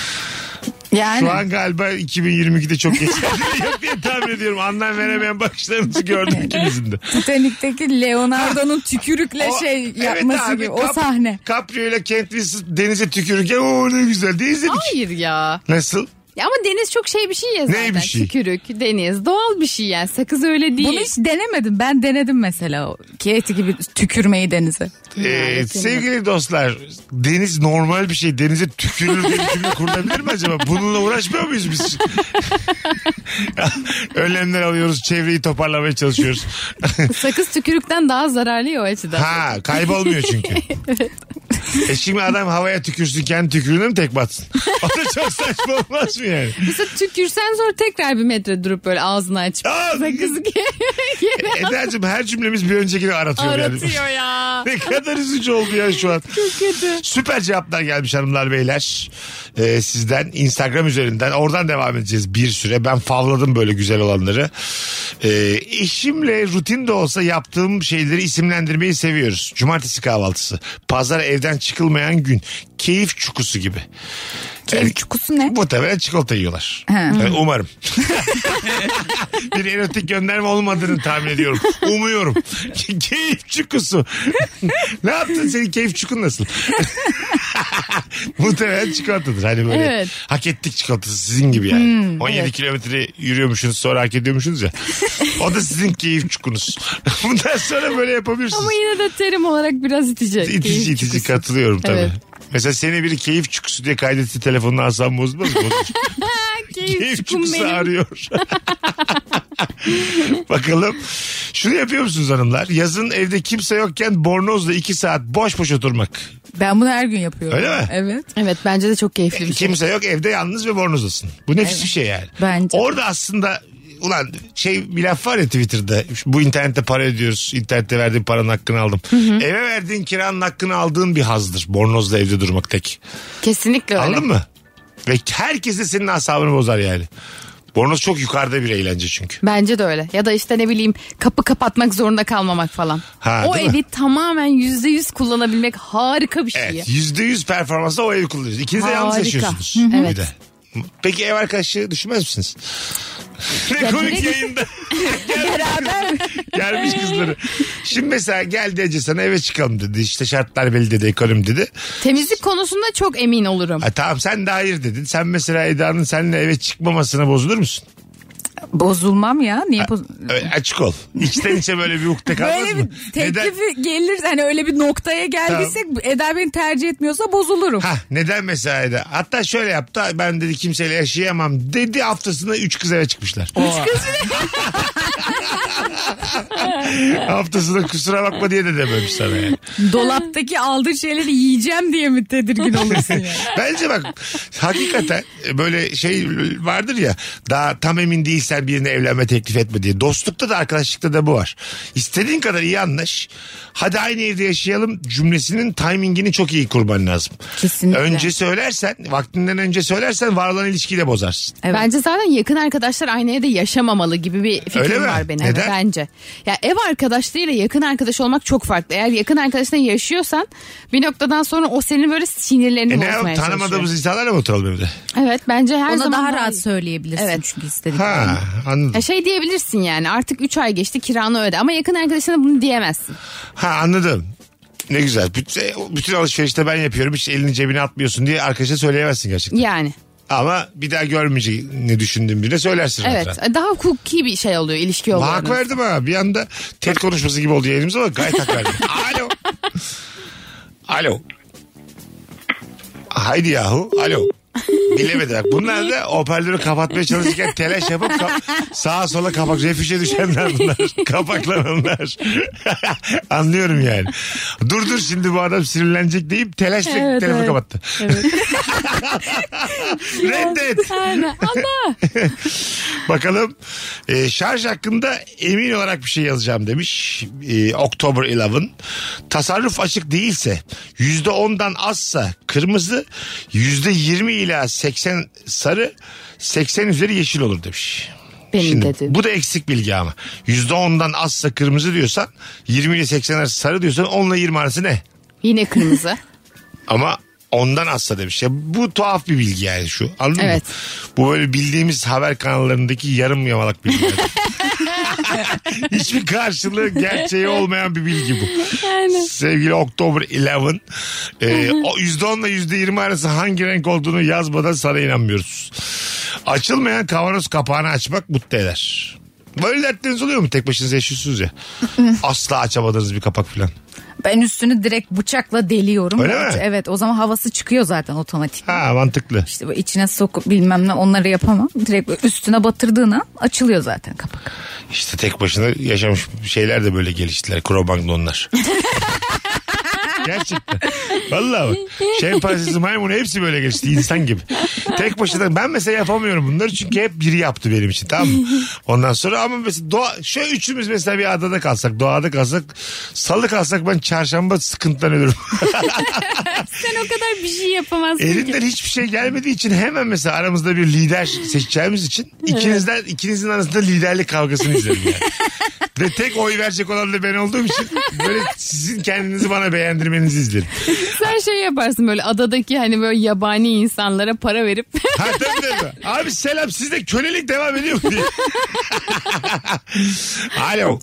S5: Yani.
S3: Şu an galiba 2022'de çok geçerli yok diye tahmin ediyorum. Anlam veremeyen bakışlarınızı gördüm ikinizin de.
S5: Titanik'teki Leonardo'nun tükürükle
S3: O-
S5: şey
S3: Evet
S5: yapması
S3: abi,
S5: gibi.
S3: Cap-
S5: O sahne.
S3: Caprio ile Kent Winslet denize tükürürken o ne güzel diye izledik.
S4: Hayır ya.
S3: Nasıl?
S4: ya. Ama deniz çok şey bir şey ya zaten.
S3: bir şey?
S4: Tükürük, deniz. Doğal bir şey yani. Sakız öyle değil.
S5: Bunu hiç denemedim. Ben denedim mesela o. Kiyeti gibi tükürmeyi denize.
S3: Ee, sevgili dostlar deniz normal bir şey denize tükürür diye bir cümle kurulabilir mi acaba? Bununla uğraşmıyor muyuz biz? Önlemler alıyoruz çevreyi toparlamaya çalışıyoruz.
S4: Sakız tükürükten daha zararlı ya o açıdan.
S3: ha kaybolmuyor çünkü. E şimdi adam havaya tükürsün kendi tükürüğüne mi tek batsın? O da çok saçma olmaz mı yani?
S4: Mesela tükürsen sonra tekrar bir metre durup böyle ağzını açıp
S3: Aa,
S4: sakız geri
S3: E, Eda'cığım her cümlemiz bir öncekini aratıyor, yani.
S4: aratıyor ya.
S3: ne kadar üzücü oldu ya şu an. Çok kötü. Süper cevaplar gelmiş hanımlar beyler. Ee, sizden Instagram üzerinden oradan devam edeceğiz bir süre. Ben favladım böyle güzel olanları. Ee, eşimle rutin de olsa yaptığım şeyleri isimlendirmeyi seviyoruz. Cumartesi kahvaltısı. Pazar evden çıkılmayan gün. Keyif çukusu gibi.
S5: Keyif Şey, çukusu ne?
S3: Muhtemelen çikolata yiyorlar. Yani umarım. bir erotik gönderme olmadığını tahmin ediyorum. Umuyorum. keyif çukusu. ne yaptın senin keyif çukun nasıl? Muhtemelen çikolatadır. Hani böyle
S4: Evet.
S3: hak ettik çikolatası sizin gibi yani. 17 kilometre yürüyormuşsunuz sonra hak ediyormuşsunuz ya. o da sizin keyif çukunuz. Bundan sonra böyle yapabilirsiniz.
S4: Ama yine de terim olarak biraz itecek.
S3: İtici itici katılıyorum tabii.
S4: Evet.
S3: Mesela seni biri keyif çukusu diye kaydetti telefonunu alsam bozulmaz mı? Bozulur. Keyif çukusu arıyor. Bakalım. Şunu yapıyor musunuz hanımlar? Yazın evde kimse yokken bornozla iki saat boş boş oturmak.
S5: Ben bunu her gün yapıyorum.
S3: Öyle mi?
S5: Evet.
S4: Evet bence de çok keyifli bir şey.
S3: Kimse yok evde yalnız ve bornozdasın. Bu nefis bir şey yani.
S5: Bence.
S3: Orada aslında ulan şey bir laf var ya Twitter'da bu internette para ödüyoruz internette verdiğim paranın hakkını aldım eve verdiğin kiranın hakkını aldığın bir hazdır bornozla evde durmak tek
S4: Kesinlikle öyle.
S3: Anladın mı? Ve herkes de senin asabını bozar yani. Bornoz çok yukarıda bir eğlence çünkü.
S4: Bence de öyle. Ya da işte ne bileyim kapı kapatmak zorunda kalmamak falan.
S3: Ha,
S4: o
S3: değil mi?
S4: evi tamamen yüzde yüz kullanabilmek harika bir şey.
S3: Evet yüzde yüz performansa o evi kullanıyoruz. İkiniz de yalnız
S4: Harika.
S3: yaşıyorsunuz.
S4: Hı hı.
S3: Bir
S4: Evet.
S3: de. Peki ev arkadaşı düşünmez misiniz? ne komik
S4: direkt-
S3: yayında. Beraber. Gelmiş kızları. Şimdi mesela geldi Ece sana eve çıkalım dedi. İşte şartlar belli dedi ekonomi dedi.
S4: Temizlik konusunda çok emin olurum.
S3: Ha, tamam sen de hayır dedin. Sen mesela Eda'nın seninle eve çıkmamasına bozulur musun?
S5: Bozulmam ya. Niye boz-
S3: Evet, açık ol. İçten içe böyle bir ukde kalmaz
S5: Böyle
S3: mı?
S5: bir
S3: Neden-
S5: teklifi gelir hani öyle bir noktaya geldiysek Eda beni tercih etmiyorsa bozulurum.
S3: Ha neden mesela Eda? Hatta şöyle yaptı. Ben dedi kimseyle yaşayamam dedi haftasında 3 kız eve çıkmışlar. 3 kız haftasında kusura bakma diye de dememiş sana yani.
S5: Dolaptaki aldığın şeyleri yiyeceğim diye mi tedirgin olursun ya?
S3: Bence bak hakikaten böyle şey vardır ya daha tam emin değilsen birine evlenme teklif etme diye. Dostlukta da arkadaşlıkta da bu var. İstediğin kadar iyi anlaş. Hadi aynı evde yaşayalım cümlesinin timingini çok iyi kurman lazım.
S5: Kesinlikle.
S3: Önce söylersen vaktinden önce söylersen var olan ilişkiyi de bozarsın.
S5: Evet.
S4: Bence zaten yakın arkadaşlar aynı evde yaşamamalı gibi bir fikrim
S3: Öyle mi?
S4: var benim.
S3: Neden?
S4: Bence. Ya ev arkadaşlığıyla yakın arkadaş olmak çok farklı. Eğer yakın arkadaşla yaşıyorsan bir noktadan sonra o senin böyle sinirlerini
S3: E ne
S4: bozmaya
S3: yapalım
S4: çalışıyor.
S3: tanımadığımız insanlarla mı oturalım evde?
S4: Evet bence her
S5: Ona
S4: zaman
S5: daha
S4: daha
S5: rahat
S4: iyi.
S5: söyleyebilirsin
S4: Evet.
S5: çünkü istedik.
S3: Ha
S4: Ya
S3: anladım.
S4: şey diyebilirsin yani artık 3 ay geçti kiranı öde ama yakın arkadaşına bunu diyemezsin.
S3: Ha anladım. Ne güzel. Bütün, bütün alışverişte ben yapıyorum. Hiç elini cebine atmıyorsun diye arkadaşa söyleyemezsin gerçekten.
S4: Yani
S3: Ama bir daha görmeyeceğini düşündüğün birine söylersin.
S4: evet e,
S3: hatta.
S4: daha hukuki bir şey oluyor ilişki oluyor.
S3: Hak verdim ha. Bir anda TED konuşması gibi oldu yayınımız ama gayet hak verdim. Alo. Alo. Haydi yahu. Alo. Bilemedi bak. Bunlar da hoparlörü kapatmaya çalışırken telaş yapıp ka- sağa sola kapak refüje düşenler bunlar. Kapaklananlar. Anlıyorum yani. Dur dur şimdi bu adam sinirlenecek deyip telaşla
S4: Evet,
S3: telefonu
S4: evet.
S3: kapattı. Reddet.
S4: Aynen. Ana.
S3: Bakalım Ee, şarj hakkında emin olarak bir şey yazacağım demiş. Ee, October 11. Tasarruf açık değilse %10'dan azsa kırmızı %20 ila 80 sarı 80 üzeri yeşil olur demiş.
S4: Benim
S3: Şimdi
S4: dediğim.
S3: bu da eksik bilgi ama. %10'dan azsa kırmızı diyorsan 20 ile 80 arası sarı diyorsan 10 ile 20 arası ne?
S4: Yine kırmızı.
S3: Ama ondan asla demiş. Ya bu tuhaf bir bilgi yani şu. Anladın mı?
S4: Evet.
S3: Bu böyle bildiğimiz haber kanallarındaki yarım yamalak bilgiler. Hiçbir karşılığı gerçeği olmayan bir bilgi bu. Sevgili October 11 e, o %10 ile %20 arası hangi renk olduğunu yazmadan sana inanmıyoruz. Açılmayan kavanoz kapağını açmak mutlu eder. Böyle dertleriniz oluyor mu? Tek başınıza yaşıyorsunuz ya. Asla açamadığınız bir kapak falan.
S5: Ben üstünü direkt bıçakla deliyorum.
S3: Öyle mi?
S5: Evet o zaman havası çıkıyor zaten otomatik.
S3: Ha mantıklı.
S5: İşte böyle içine sokup bilmem ne onları yapamam. Direkt böyle üstüne batırdığın an açılıyor zaten kapak.
S3: İşte tek başına yaşamış şeyler de böyle geliştiler. Krobang'da onlar. Gerçekten. Vallahi bak. Şempanzesi maymunu hepsi böyle geçti insan gibi. Tek başına ben mesela yapamıyorum bunları çünkü hep biri yaptı benim için tamam mı? Ondan sonra ama mesela doğa, şu üçümüz mesela bir adada kalsak doğada kalsak salı kalsak ben çarşamba sıkıntıdan ölürüm.
S9: Sen o kadar bir şey yapamazsın ki.
S3: Elinden hiçbir şey gelmediği için hemen mesela aramızda bir lider seçeceğimiz için ikinizden ikinizin arasında liderlik kavgasını izlerim yani. Ve tek oy verecek olan da ben olduğum için böyle sizin kendinizi bana beğendirmenizi izlerim.
S4: Sen şey yaparsın böyle adadaki hani böyle yabani insanlara para verip
S3: Ha tabii tabii. Abi selam sizde kölelik devam ediyor mu diye. Alo.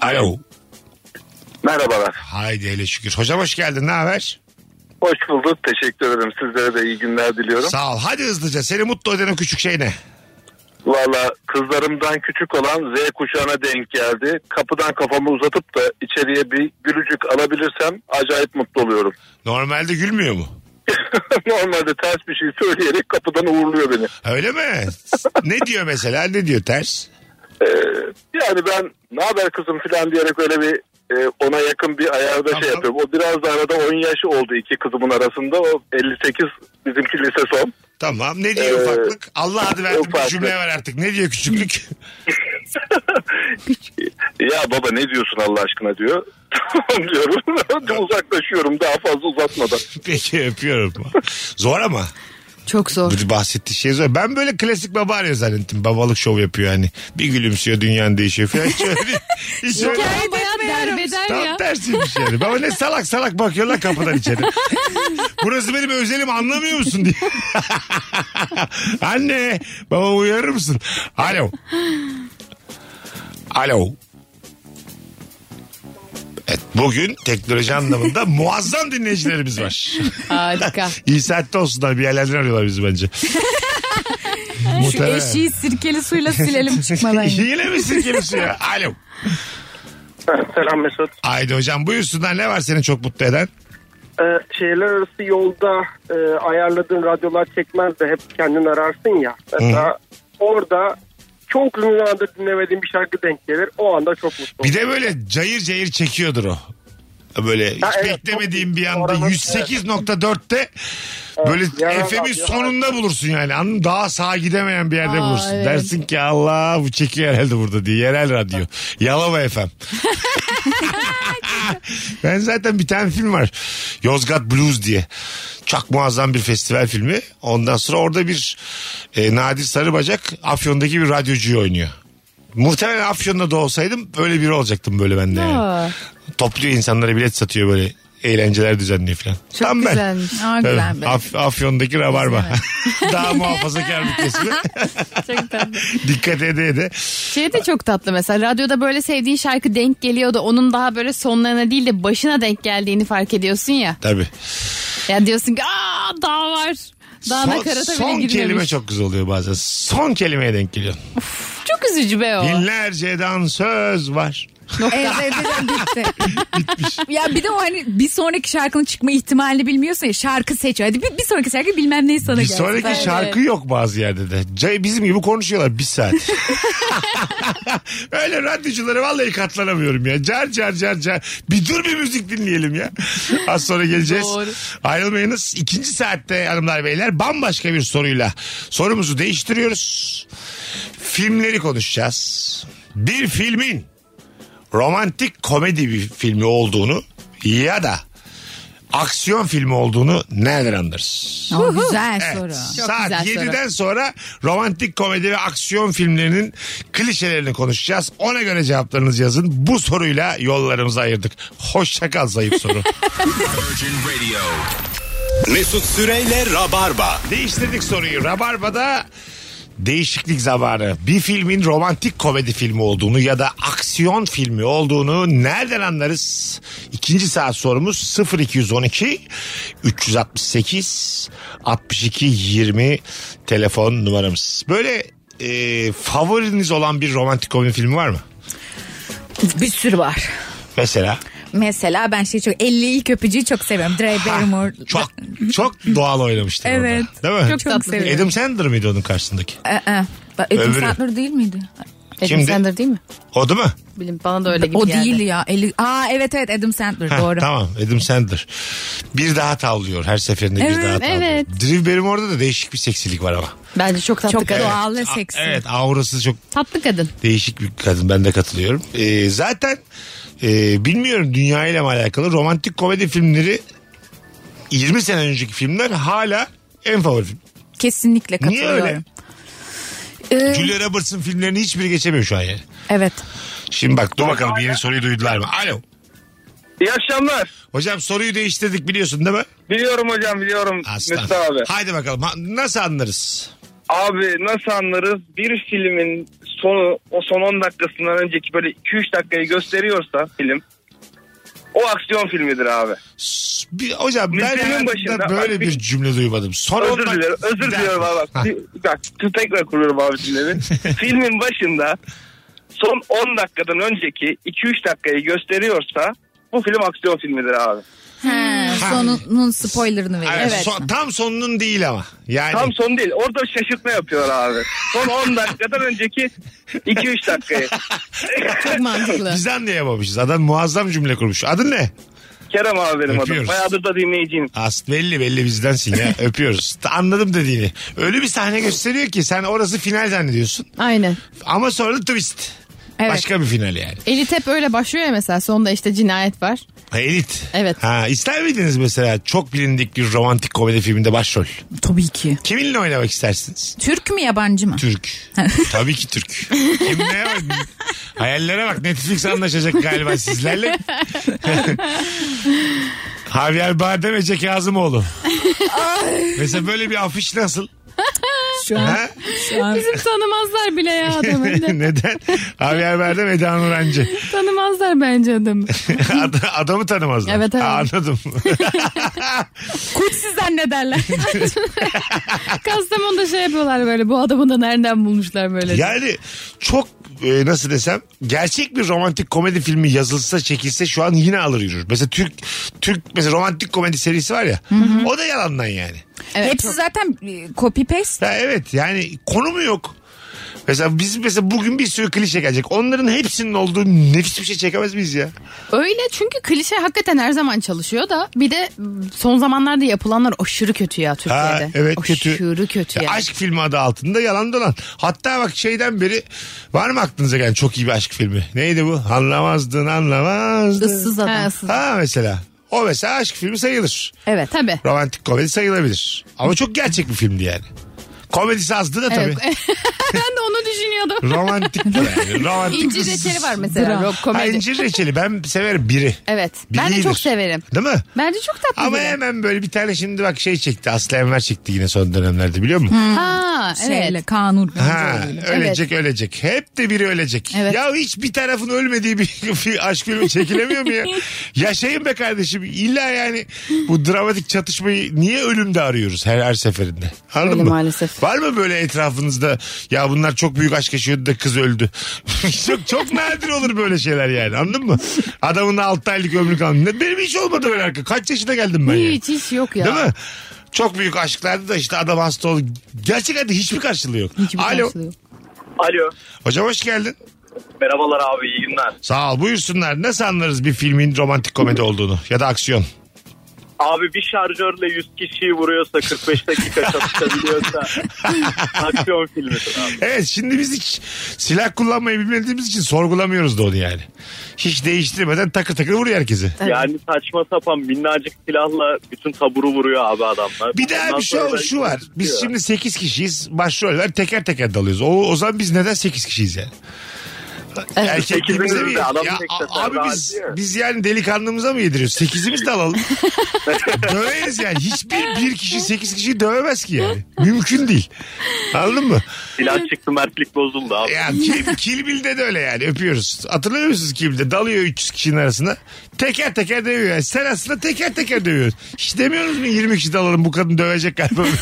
S3: Alo.
S6: Merhabalar.
S3: Haydi hele şükür. Hocam hoş geldin. Ne haber?
S6: Hoş bulduk. Teşekkür ederim. Sizlere de iyi günler diliyorum.
S3: Sağ ol. Hadi hızlıca. Seni mutlu eden o küçük şey ne?
S6: Valla kızlarımdan küçük olan Z kuşağına denk geldi. Kapıdan kafamı uzatıp da içeriye bir gülücük alabilirsem acayip mutlu oluyorum.
S3: Normalde gülmüyor mu?
S6: Normalde ters bir şey söyleyerek kapıdan uğurluyor beni.
S3: Öyle mi? ne diyor mesela? Ne diyor ters?
S6: Ee, yani ben ne haber kızım falan diyerek öyle bir e, ona yakın bir ayarda şey
S3: Tamam.
S6: yapıyorum. O biraz da arada 10 yaş oldu iki kızımın arasında. O 58 bizimki lise son.
S3: Tamam. Ne diyor
S6: Ee,
S3: ufaklık? Allah adı verdim bir
S6: ufaklık.
S3: cümle ver artık. Ne diyor küçüklük?
S6: Ya baba ne diyorsun Allah aşkına diyor. Tamam diyorum. Uzaklaşıyorum daha fazla uzatmadan.
S3: Peki öpüyorum. Zor ama.
S4: çok zor.
S3: Bu bahsettiği şey zor. Ben böyle klasik baba arıyor zannettim. Babalık şov yapıyor yani. Bir gülümsüyor dünyanın değişiyor falan. Hiç öyle değil. Hiç öyle değil.
S4: Hikaye bayağı
S5: Hani
S4: derbeder
S3: Tam
S4: ya.
S3: tersiymiş yani. Baba ne salak salak bakıyorlar kapıdan içeri. Burası benim özelim anlamıyor musun diye. Anne baba uyarır mısın? Alo. Alo. Evet, bugün teknoloji anlamında muazzam dinleyicilerimiz var.
S4: Harika.
S3: İyi saatte olsunlar bir yerlerden arıyorlar bizi bence.
S5: Şu
S3: Muhtemelen.
S5: eşiği sirkeli suyla silelim çıkmadan.
S3: Hile misin kimisi ya? Alo.
S10: Selam Mesut.
S3: Haydi hocam buyursunlar ne var seni çok mutlu eden?
S10: Ee, şehirler arası yolda e, ayarladığın radyolar çekmez de hep kendin ararsın ya. Mesela orada çok uzun zamandır dinlemediğim bir şarkı denk gelir. O anda çok mutlu
S3: Bir
S10: olurum.
S3: de böyle cayır cayır çekiyordur o. Böyle hiç
S10: Ha, evet,
S3: beklemediğim
S10: çok
S3: bir
S10: iyi.
S3: anda
S10: Oranın-
S3: 108.4'te böyle
S10: yalan
S3: FM'in
S10: var, yalan.
S3: sonunda bulursun yani. Anladın mı? Daha sağa gidemeyen bir yerde
S4: Aa,
S3: bulursun.
S4: evet.
S3: Dersin ki Allah bu çekiyor herhalde burada diye. Yerel radyo. Yalova FM. ben zaten bir tane film var. Yozgat Blues diye. Çok muazzam bir festival filmi. Ondan sonra orada bir e, Nadir Sarıbacak Afyon'daki bir radyocuyu oynuyor. Muhtemelen Afyon'da da olsaydım böyle biri olacaktım böyle ben de. yani.
S4: Aa,
S3: Topluyor insanlara bilet satıyor böyle eğlenceler düzenliyor falan.
S4: çok
S3: Tam ben.
S4: güzelmiş.
S5: Aa,
S3: Tabii.
S5: güzel be.
S3: Af- Afyon'daki rabarba. Daha muhafazakar bir kesimi.
S4: Çok tatlı.
S3: Dikkat ede ede.
S4: Şey de çok tatlı mesela radyoda böyle sevdiğin şarkı denk geliyor da onun daha böyle sonlarına değil de başına denk geldiğini fark ediyorsun ya.
S3: Tabii.
S4: Ya diyorsun ki aa daha var. Dağına
S3: son
S4: karata bile
S3: son
S4: girmemiş.
S3: kelime çok güzel oluyor bazen. Son kelimeye denk geliyor.
S4: Çok üzücü be o.
S3: Binlerce dansöz var.
S5: Evet, evet, evet, bitti. ya bir de o hani bir sonraki şarkının çıkma ihtimalini bilmiyorsun ya şarkı seç. Hadi bir, bir sonraki şarkı bilmem neyi sana
S3: Bir
S5: gelsin.
S3: sonraki şarkı yok bazı yerde de. Cay- Bizim gibi konuşuyorlar bir saat. Öyle radyoculara vallahi katlanamıyorum ya. Car car car car. Bir dur bir müzik dinleyelim ya. Az sonra geleceğiz.
S4: Doğru.
S3: Ayrılmayınız. İkinci saatte hanımlar beyler bambaşka bir soruyla sorumuzu değiştiriyoruz. Filmleri konuşacağız. Bir filmin romantik komedi bir filmi olduğunu ya da aksiyon filmi olduğunu nereden anlarız?
S5: Aa, güzel
S3: Evet.
S5: soru.
S3: Saat
S4: güzel soru.
S3: 7'den sonra romantik komedi ve aksiyon filmlerinin klişelerini konuşacağız. Ona göre cevaplarınızı yazın. Bu soruyla yollarımızı ayırdık. Hoşça kal zayıf soru.
S2: Virgin Radio. Mesut Süreyle Rabarba.
S3: Değiştirdik soruyu. Rabarba'da değişiklik zamanı. Bir filmin romantik komedi filmi olduğunu ya da aksiyon filmi olduğunu nereden anlarız? İkinci saat sorumuz 0212 368 62 20 telefon numaramız. Böyle e, favoriniz olan bir romantik komedi filmi var mı?
S5: Bir sürü var.
S3: Mesela
S5: Mesela ben şey çok 50 ilk öpücüğü çok seviyorum. Dre Barrymore.
S3: çok çok doğal oynamıştı.
S5: Evet.
S3: Değil mi?
S5: Çok tatlı.
S3: Adam Sandler mıydı onun karşısındaki?
S5: Ee, e. Ba- Ödül
S3: Öbürü.
S5: Saatleri değil miydi?
S4: Adam
S3: Kimdi?
S4: Sandler değil mi?
S3: O değil mi?
S4: Bilim bana da öyle gibi
S5: o
S4: geldi.
S5: değil ya. Eli... Aa evet evet Adam Sandler
S3: Ha,
S5: doğru.
S3: Tamam Adam Sandler. Bir daha tavlıyor her seferinde bir
S5: Evet,
S3: daha tavlıyor.
S4: evet.
S3: Drew Barrymore orada da değişik bir seksilik var ama.
S4: Bence çok tatlı
S5: Çok
S4: kadın.
S5: doğal ve
S3: A-
S5: seksi.
S3: Evet aurası çok
S4: Tatlı kadın.
S3: değişik bir kadın ben de katılıyorum. Ee, zaten e, bilmiyorum dünyayla mı alakalı romantik komedi filmleri 20 sene önceki filmler hala en favori film.
S5: Kesinlikle
S3: Niye
S5: katılıyorum.
S3: öyle?
S5: Ee,
S3: Julia Roberts'ın filmlerini hiçbiri geçemiyor şu an yani.
S5: evet.
S3: Şimdi bak dur bakalım bir yeni soruyu duydular mı? Alo.
S6: İyi akşamlar.
S3: Hocam soruyu değiştirdik biliyorsun değil mi?
S6: Biliyorum hocam biliyorum
S3: Aslan.
S6: Mesut abi.
S3: Haydi bakalım ha- nasıl anlarız?
S6: Abi nasıl anlarız bir filmin sonu o son 10 dakikasından önceki böyle 2-3 dakikayı gösteriyorsa film o aksiyon filmidir abi.
S3: S- Bir, hocam ben
S6: Meselenin
S3: hayatımda
S6: başında-
S3: böyle
S6: bak,
S3: bir
S6: bir-
S3: cümle duymadım. Son
S6: Özür
S3: ondan-
S6: dilerim özür
S3: Ben-
S6: diliyorum abi.
S3: Ha.
S6: Bak, bir- bak tekrar kuruyorum abi cümlemi. Filmin başında son 10 dakikadan önceki 2-3 dakikayı gösteriyorsa bu film aksiyon filmidir abi.
S5: Ha, sonunun spoilerını veriyor.
S3: Evet,
S5: Evet.
S3: son- tam sonunun değil ama. Yani
S6: Tam son değil. Orada şaşırtma yapıyor abi. Son 10 dakikadan önceki 2-3 dakikayı.
S4: Çok mantıklı.
S3: biz anlayamamışız. Adam muazzam cümle kurmuş. Adın ne?
S6: Kerem abi benim
S3: Öpüyoruz.
S6: adım. Bayağıdır da dinleyiciyim.
S3: As belli belli bizdensin ya. Öpüyoruz. Ta- Anladım dediğini. Öyle bir sahne gösteriyor ki sen orası final zannediyorsun.
S4: Aynen.
S3: Ama sonra da twist.
S5: Evet.
S3: Başka bir final yani.
S4: Elit hep öyle başlıyor ya mesela sonunda işte cinayet var.
S3: Ha, elit.
S4: Evet.
S3: Ha, ister miydiniz mesela çok bilindik bir romantik komedi filminde başrol?
S5: Tabii ki.
S3: Kiminle oynamak istersiniz?
S5: Türk mü yabancı mı?
S3: Türk. Tabii ki Türk. Kimliğe bak. Hayallere bak. Netflix anlaşacak galiba sizlerle. Javier Bardem Ece Kazımoğlu. Mesela böyle bir afiş nasıl?
S5: Şu an,
S3: Ha?
S5: şu an.
S4: Bizim tanımazlar bile ya adamı.
S3: Neden? Javier Bardem Eda Nurancı.
S4: tanımazlar bence adamı.
S3: Ad- adamı tanımazlar.
S4: Evet, evet.
S3: Ha, Anladım.
S5: Kutsuz zannederler.
S4: Kastamonu'da şey yapıyorlar böyle bu adamı da nereden bulmuşlar böyle.
S3: yani çok e, nasıl desem gerçek bir romantik komedi filmi yazılsa çekilse şu an yine alır yürür. Mesela Türk Türk mesela romantik komedi serisi var ya. O da yalandan yani.
S4: Evet,
S5: Hepsi
S4: çok-
S5: zaten e, copy paste.
S3: Ha, evet yani konu mu yok? Mesela biz mesela bugün bir sürü klişe gelecek. Onların hepsinin olduğu nefis bir şey çekemez miyiz ya?
S4: Öyle çünkü klişe hakikaten her zaman çalışıyor da bir de son zamanlarda yapılanlar aşırı kötü ya Türkiye'de.
S3: Ha, evet kötü.
S4: Aşırı kötü
S3: Ya
S4: yani.
S3: Aşk filmi adı altında yalan dolan. Hatta bak şeyden beri var mı aklınıza gelen çok iyi bir aşk filmi? Neydi bu? Anlamazdın anlamazdın.
S5: Issız adam.
S4: Ha, ıssız.
S3: Ha mesela. O mesela aşk filmi sayılır.
S5: Evet.
S4: Tabii.
S3: Romantik komedi sayılabilir. Ama çok gerçek bir filmdi yani. Komedisi azdı da tabii.
S4: Evet. ben de onu düşünüyordum.
S3: Romantik yani. Romantik.
S4: İncir reçeli var mesela. Rock
S3: Ha,
S4: komedi.
S3: incir reçeli ben severim biri.
S4: Evet. Ben de
S3: Biridir.
S4: çok severim.
S3: Değil mi?
S4: Bence çok tatlı.
S3: Ama
S4: biri.
S3: hemen böyle bir tane şimdi bak şey çekti. Aslı Enver çekti yine son dönemlerde biliyor musun?
S4: Ha
S5: Şeyle
S4: evet.
S5: şey, kanun.
S3: Ha, ölecek
S4: Evet.
S3: ölecek. Hep de biri ölecek.
S4: Evet.
S3: Ya hiç bir tarafın ölmediği bir, bir aşk filmi çekilemiyor mu ya? Yaşayın be kardeşim. İlla yani bu dramatik çatışmayı niye ölümde arıyoruz her her seferinde? Anladın
S4: Öyle
S3: mı?
S4: maalesef.
S3: Var mı böyle etrafınızda ya bunlar çok büyük aşk yaşıyordu da kız öldü. çok çok nadir olur böyle şeyler yani anladın mı? Adamın 6 aylık ömrü kaldı. Benim hiç olmadı böyle arka. Kaç yaşına geldim ben ya?
S4: Hiç hiç yok ya.
S3: Değil mi? Çok büyük aşklarda da işte adam hasta oldu. Gerçek hayatta hiçbir karşılığı yok.
S4: Hiçbir
S3: Alo.
S4: karşılığı yok.
S6: Alo.
S3: Hocam hoş geldin.
S6: Merhabalar abi iyi günler.
S3: Sağ ol. Buyursunlar. Nasıl anlarız bir filmin romantik komedi olduğunu ya da aksiyon?
S6: Abi bir şarjörle 100 kişiyi vuruyorsa 45 dakika çalışabiliyorsa aksiyon filmidir abi.
S3: Evet şimdi biz hiç silah kullanmayı bilmediğimiz için sorgulamıyoruz da onu yani. Hiç değiştirmeden takır takır vuruyor herkesi.
S6: Yani saçma sapan minnacık silahla bütün taburu vuruyor abi adamlar.
S3: Bir daha
S6: Ondan
S3: bir şey
S6: sonra da-
S3: şu var. Biz şimdi 8 kişiyiz. Başroller teker teker dalıyoruz. O, o zaman biz neden 8 kişiyiz yani? Erkekliğimize mi?
S6: Sekizimiz de adam
S3: Ya,
S6: tek
S3: a-
S6: sefer
S3: abi
S6: daha
S3: biz,
S6: diyor.
S3: biz yani delikanlımıza mı yediriyoruz? Sekizimiz de alalım. Döveriz yani. Hiçbir bir kişi sekiz kişiyi dövemez ki yani. Mümkün değil. Anladın mı?
S6: Silah çıktı mertlik bozuldu abi.
S3: Ya Kill, Kill Bill'de de öyle yani öpüyoruz. Hatırlıyor musunuz Kill Bill'de? Dalıyor 300 kişinin arasına. Teker teker dövüyor. Yani sen aslında teker teker dövüyorsun. Hiç demiyoruz mu 20 kişi dalalım bu kadın dövecek galiba.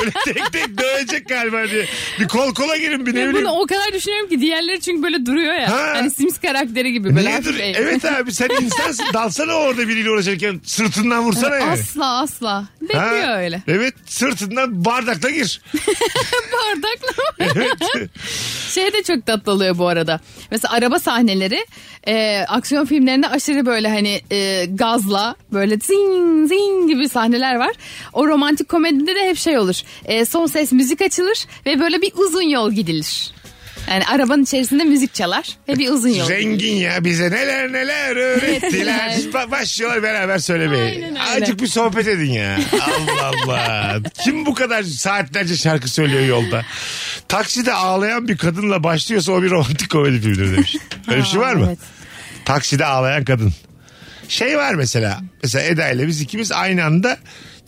S3: Böyle tek tek dövecek galiba diye. Bir kol kola girin bir ne
S4: Ve
S3: bileyim.
S4: bunu o kadar düşünüyorum ki diğerleri çünkü böyle duruyor ya.
S3: Ha.
S4: Hani Sims karakteri gibi böyle.
S3: Niye
S4: hafif
S3: dur-
S4: eğ-
S3: Evet abi sen insansın. Dalsana orada biriyle uğraşırken sırtından vursana yani.
S4: Asla asla.
S3: Ha,
S4: Bekliyor öyle.
S3: Evet sırtından bardakla gir.
S4: Bardakla.
S3: Evet.
S4: Şey de çok tatlı oluyor bu arada. Mesela araba sahneleri e, aksiyon filmlerinde aşırı böyle hani e, gazla böyle zing zing gibi sahneler var. O romantik komedide de hep şey olur. E, son ses müzik açılır ve böyle bir uzun yol gidilir. Yani arabanın içerisinde müzik çalar ve bir uzun yol.
S3: Zengin ya bize neler neler öğrettiler.
S4: Evet.
S3: Ba- Başlıyorlar beraber söylemeye.
S4: Aynen öyle.
S3: Azıcık bir sohbet edin ya. Allah Allah. Kim bu kadar saatlerce şarkı söylüyor yolda? Takside ağlayan bir kadınla başlıyorsa o bir romantik komedi filmidir demiş. Öyle bir şey var mı?
S4: Evet.
S3: Takside ağlayan kadın. Şey var mesela. Mesela Eda ile biz ikimiz aynı anda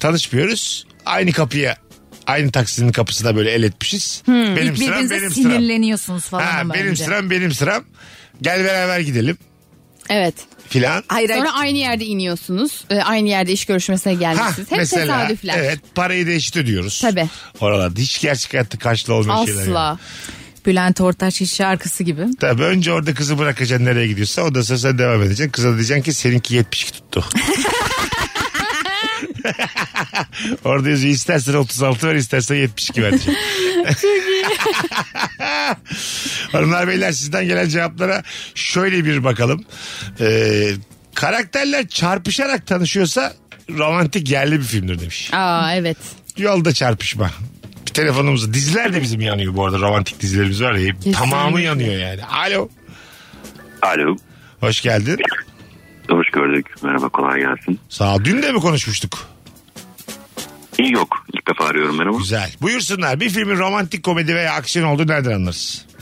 S3: tanışmıyoruz. Aynı kapıya aynı taksinin kapısına böyle el etmişiz.
S4: Hmm,
S3: benim sıram
S5: Birbirinize
S3: benim sıram.
S5: sinirleniyorsunuz falan
S3: Ha,
S5: ama
S3: benim
S5: önce.
S3: sıram benim sıram. Gel beraber gidelim
S4: Evet.
S3: filan.
S5: Hayır, hayır.
S4: Sonra aynı yerde iniyorsunuz. E, aynı yerde iş görüşmesine gelmişsiniz. Hep tesadüfler.
S3: Evet parayı da eşit ödüyoruz.
S4: Tabii.
S3: Oralarda hiç gerçek hayatta karşılığı olmayan şeyler. yani.
S4: Asla.
S5: Bülent Ortaç iş şarkısı gibi.
S3: Tabii önce orada kızı bırakacaksın nereye gidiyorsa o da sonra sen devam edeceksin. Kıza da diyeceksin ki seninki 72 tuttu. Orada yazıyor istersen 36 ver istersen 72 ver Çok iyi. Hanımlar beyler sizden gelen cevaplara şöyle bir bakalım. Ee, karakterler çarpışarak tanışıyorsa romantik yerli bir filmdir demiş.
S4: Aa evet.
S3: Yolda çarpışma. Bir telefonumuzu diziler de bizim yanıyor bu arada romantik dizilerimiz var ya. Tamamı yanıyor yani. Alo.
S6: Alo.
S3: Hoş geldin.
S6: Hoş gördük. Merhaba kolay gelsin.
S3: Sağ ol. Dün de mi konuşmuştuk?
S6: İyi yok. İlk defa arıyorum merhaba.
S3: Güzel. Buyursunlar. Bir filmin romantik komedi veya aksiyon olduğu nereden anlarız?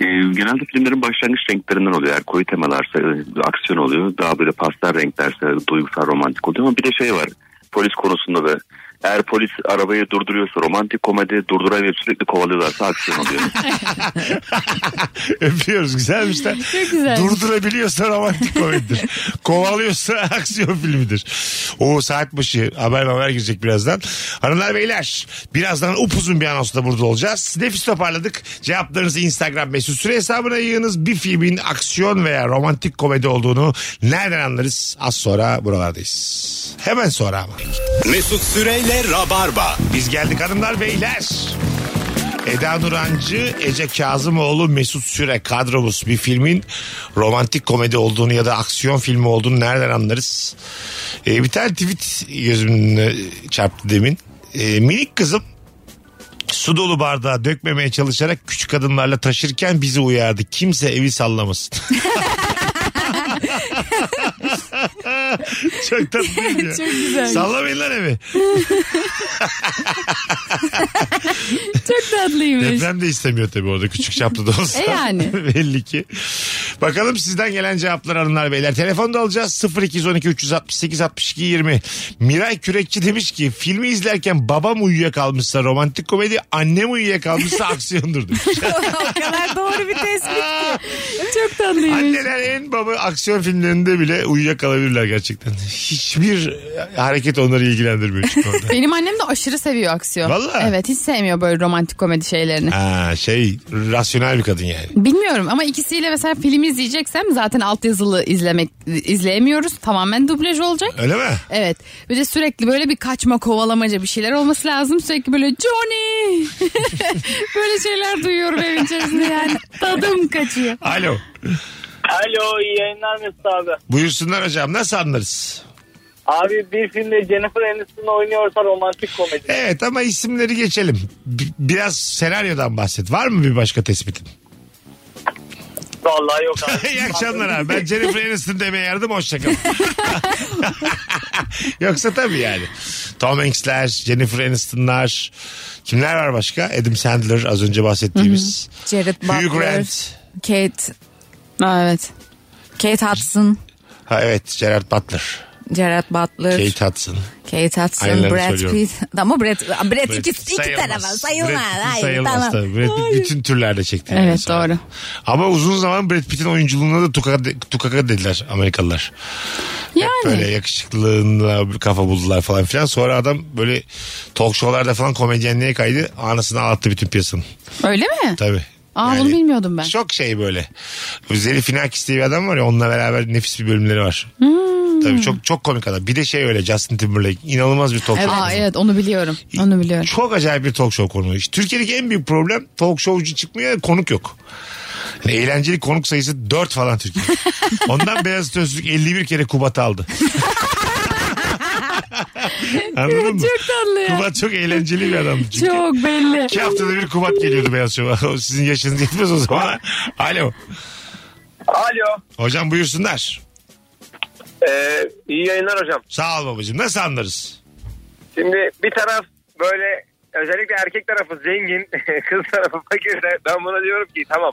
S6: Ee, genelde filmlerin başlangıç renklerinden oluyor. Eğer koyu temalarsa e, aksiyon oluyor. Daha böyle pastel renklerse duygusal romantik oluyor. Ama bir de şey var. Polis konusunda da. Eğer polis arabayı durduruyorsa romantik komedi durduramıyor sürekli kovalıyorlarsa aksiyon oluyor.
S3: Öpüyoruz. Güzelmiş lan.
S4: Çok güzel.
S3: Durdurabiliyorsa romantik komedidir. Kovalıyorsa aksiyon filmidir. O saat başı haber haber girecek birazdan. Hanımlar beyler birazdan upuzun bir anonsla burada olacağız. Nefis toparladık. Cevaplarınızı Instagram mesut süre hesabına yığınız. Bir filmin aksiyon veya romantik komedi olduğunu nereden anlarız? Az sonra buralardayız. Hemen sonra ama.
S2: Mesut Süreyle Rabarba.
S3: Biz geldik hanımlar beyler. Eda Nurancı, Ece Kazımoğlu, Mesut Süre kadromuz bir filmin romantik komedi olduğunu ya da aksiyon filmi olduğunu nereden anlarız? Ee, bir tane tweet gözümün önüne çarptı demin. Ee, minik kızım su dolu bardağı dökmemeye çalışarak küçük kadınlarla taşırken bizi uyardı. Kimse evi sallamasın. Çok tatlı değil mi ya?
S4: Çok güzel.
S3: Sallamayın lan evi.
S4: Çok tatlıymış.
S3: Deprem de istemiyor tabii orada küçük çaplı da olsa.
S4: E yani.
S3: Belli ki. Bakalım sizden gelen cevaplar hanımlar beyler. Telefonda alacağız 0212 368 62 20. Miray Kürekçi demiş ki filmi izlerken babam uyuyakalmışsa romantik komedi annem uyuyakalmışsa aksiyondur demiş.
S5: o kadar doğru bir tespit ki.
S4: Çok tatlıymış.
S3: Anneler en baba aksiyon filmlerinde bile uyuyakalabilirler gerçekten. Hiçbir hareket onları ilgilendirmiyor çünkü orada.
S4: Benim annem de aşırı seviyor aksiyon.
S3: Vallahi.
S4: Evet hiç sevmiyor böyle romantik komedi şeylerini.
S3: Ha, şey rasyonel bir kadın yani.
S4: Bilmiyorum ama ikisiyle mesela film izleyeceksem zaten altyazılı izlemek izleyemiyoruz. Tamamen dublaj olacak.
S3: Öyle mi?
S4: Evet. Bir de sürekli böyle bir kaçma kovalamaca bir şeyler olması lazım. Sürekli böyle Johnny böyle şeyler duyuyorum evin içerisinde yani. Tadım kaçıyor.
S3: Alo.
S11: Alo iyi yayınlar Mesut abi.
S3: Buyursunlar hocam nasıl anlarız?
S11: Abi bir filmde Jennifer Aniston oynuyorsa romantik komedi.
S3: Evet ama isimleri geçelim. B- biraz senaryodan bahset. Var mı bir başka tespitin?
S11: Vallahi yok abi.
S3: İyi akşamlar abi. Ben Jennifer Aniston demeye yardım hoşçakalın. Yoksa tabii yani. Tom Hanks'ler, Jennifer Aniston'lar. Kimler var başka? Adam Sandler az önce bahsettiğimiz.
S5: Jared
S3: Hugh
S5: Butler.
S3: Grant.
S5: Kate,
S4: Aa, evet.
S5: Kate Hudson.
S3: Ha evet Gerard Butler.
S5: Jared Butler. Kate,
S3: Kate Hudson.
S5: Hudson.
S3: Aynen
S5: Brad
S3: söylüyorum.
S5: Pitt. Ama Brad, Brad Pitt iki, iki
S3: Sayılmaz.
S5: tarafa sayılmaz.
S3: Brad Pitt
S5: Hayır,
S3: sayılmaz
S5: tamam.
S3: tabii. Brad Pitt bütün türlerde çekti.
S4: Evet, doğru.
S3: Ama uzun zaman Brad Pitt'in oyunculuğuna da tukaka, tukaka dediler Amerikalılar. Hep böyle yakışıklılığına bir kafa buldular falan filan. Sonra adam böyle talk show'larda falan komedyenliğe kaydı. Anasını ağlattı bütün piyasanın.
S4: Öyle mi?
S3: Tabii.
S4: Aa
S3: Yani
S4: bunu bilmiyordum ben.
S3: Çok şey böyle. Zelif İnakis diye bir adam var ya onunla beraber nefis bir bölümleri var.
S4: Hmm.
S3: Tabii çok çok komik adam. Bir de şey öyle Justin Timberlake inanılmaz bir talk
S4: Evet,
S3: show.
S4: Aa,
S3: konuğu.
S4: evet onu biliyorum. Onu biliyorum.
S3: Çok acayip bir talk show konuğu. İşte Türkiye'deki en büyük problem talk showcu çıkmıyor konuk yok. Yani eğlenceli konuk sayısı 4 falan Türkiye'de. Ondan Beyazıt Öztürk 51 kere Kubat aldı. Anladın mı?
S4: Çok tatlı ya.
S3: Kubat çok eğlenceli bir adamdı çünkü.
S4: Çok belli.
S3: İki haftada bir Kubat geliyordu Beyaz Şov'a. O Sizin yaşınız yetmez o zaman. Alo.
S12: Alo.
S3: Hocam buyursunlar.
S12: Ee, iyi yayınlar hocam.
S3: Sağ ol babacığım. Nasıl anlarız?
S12: Şimdi bir taraf böyle özellikle erkek tarafı zengin, kız tarafı fakir. de Ben buna diyorum ki tamam.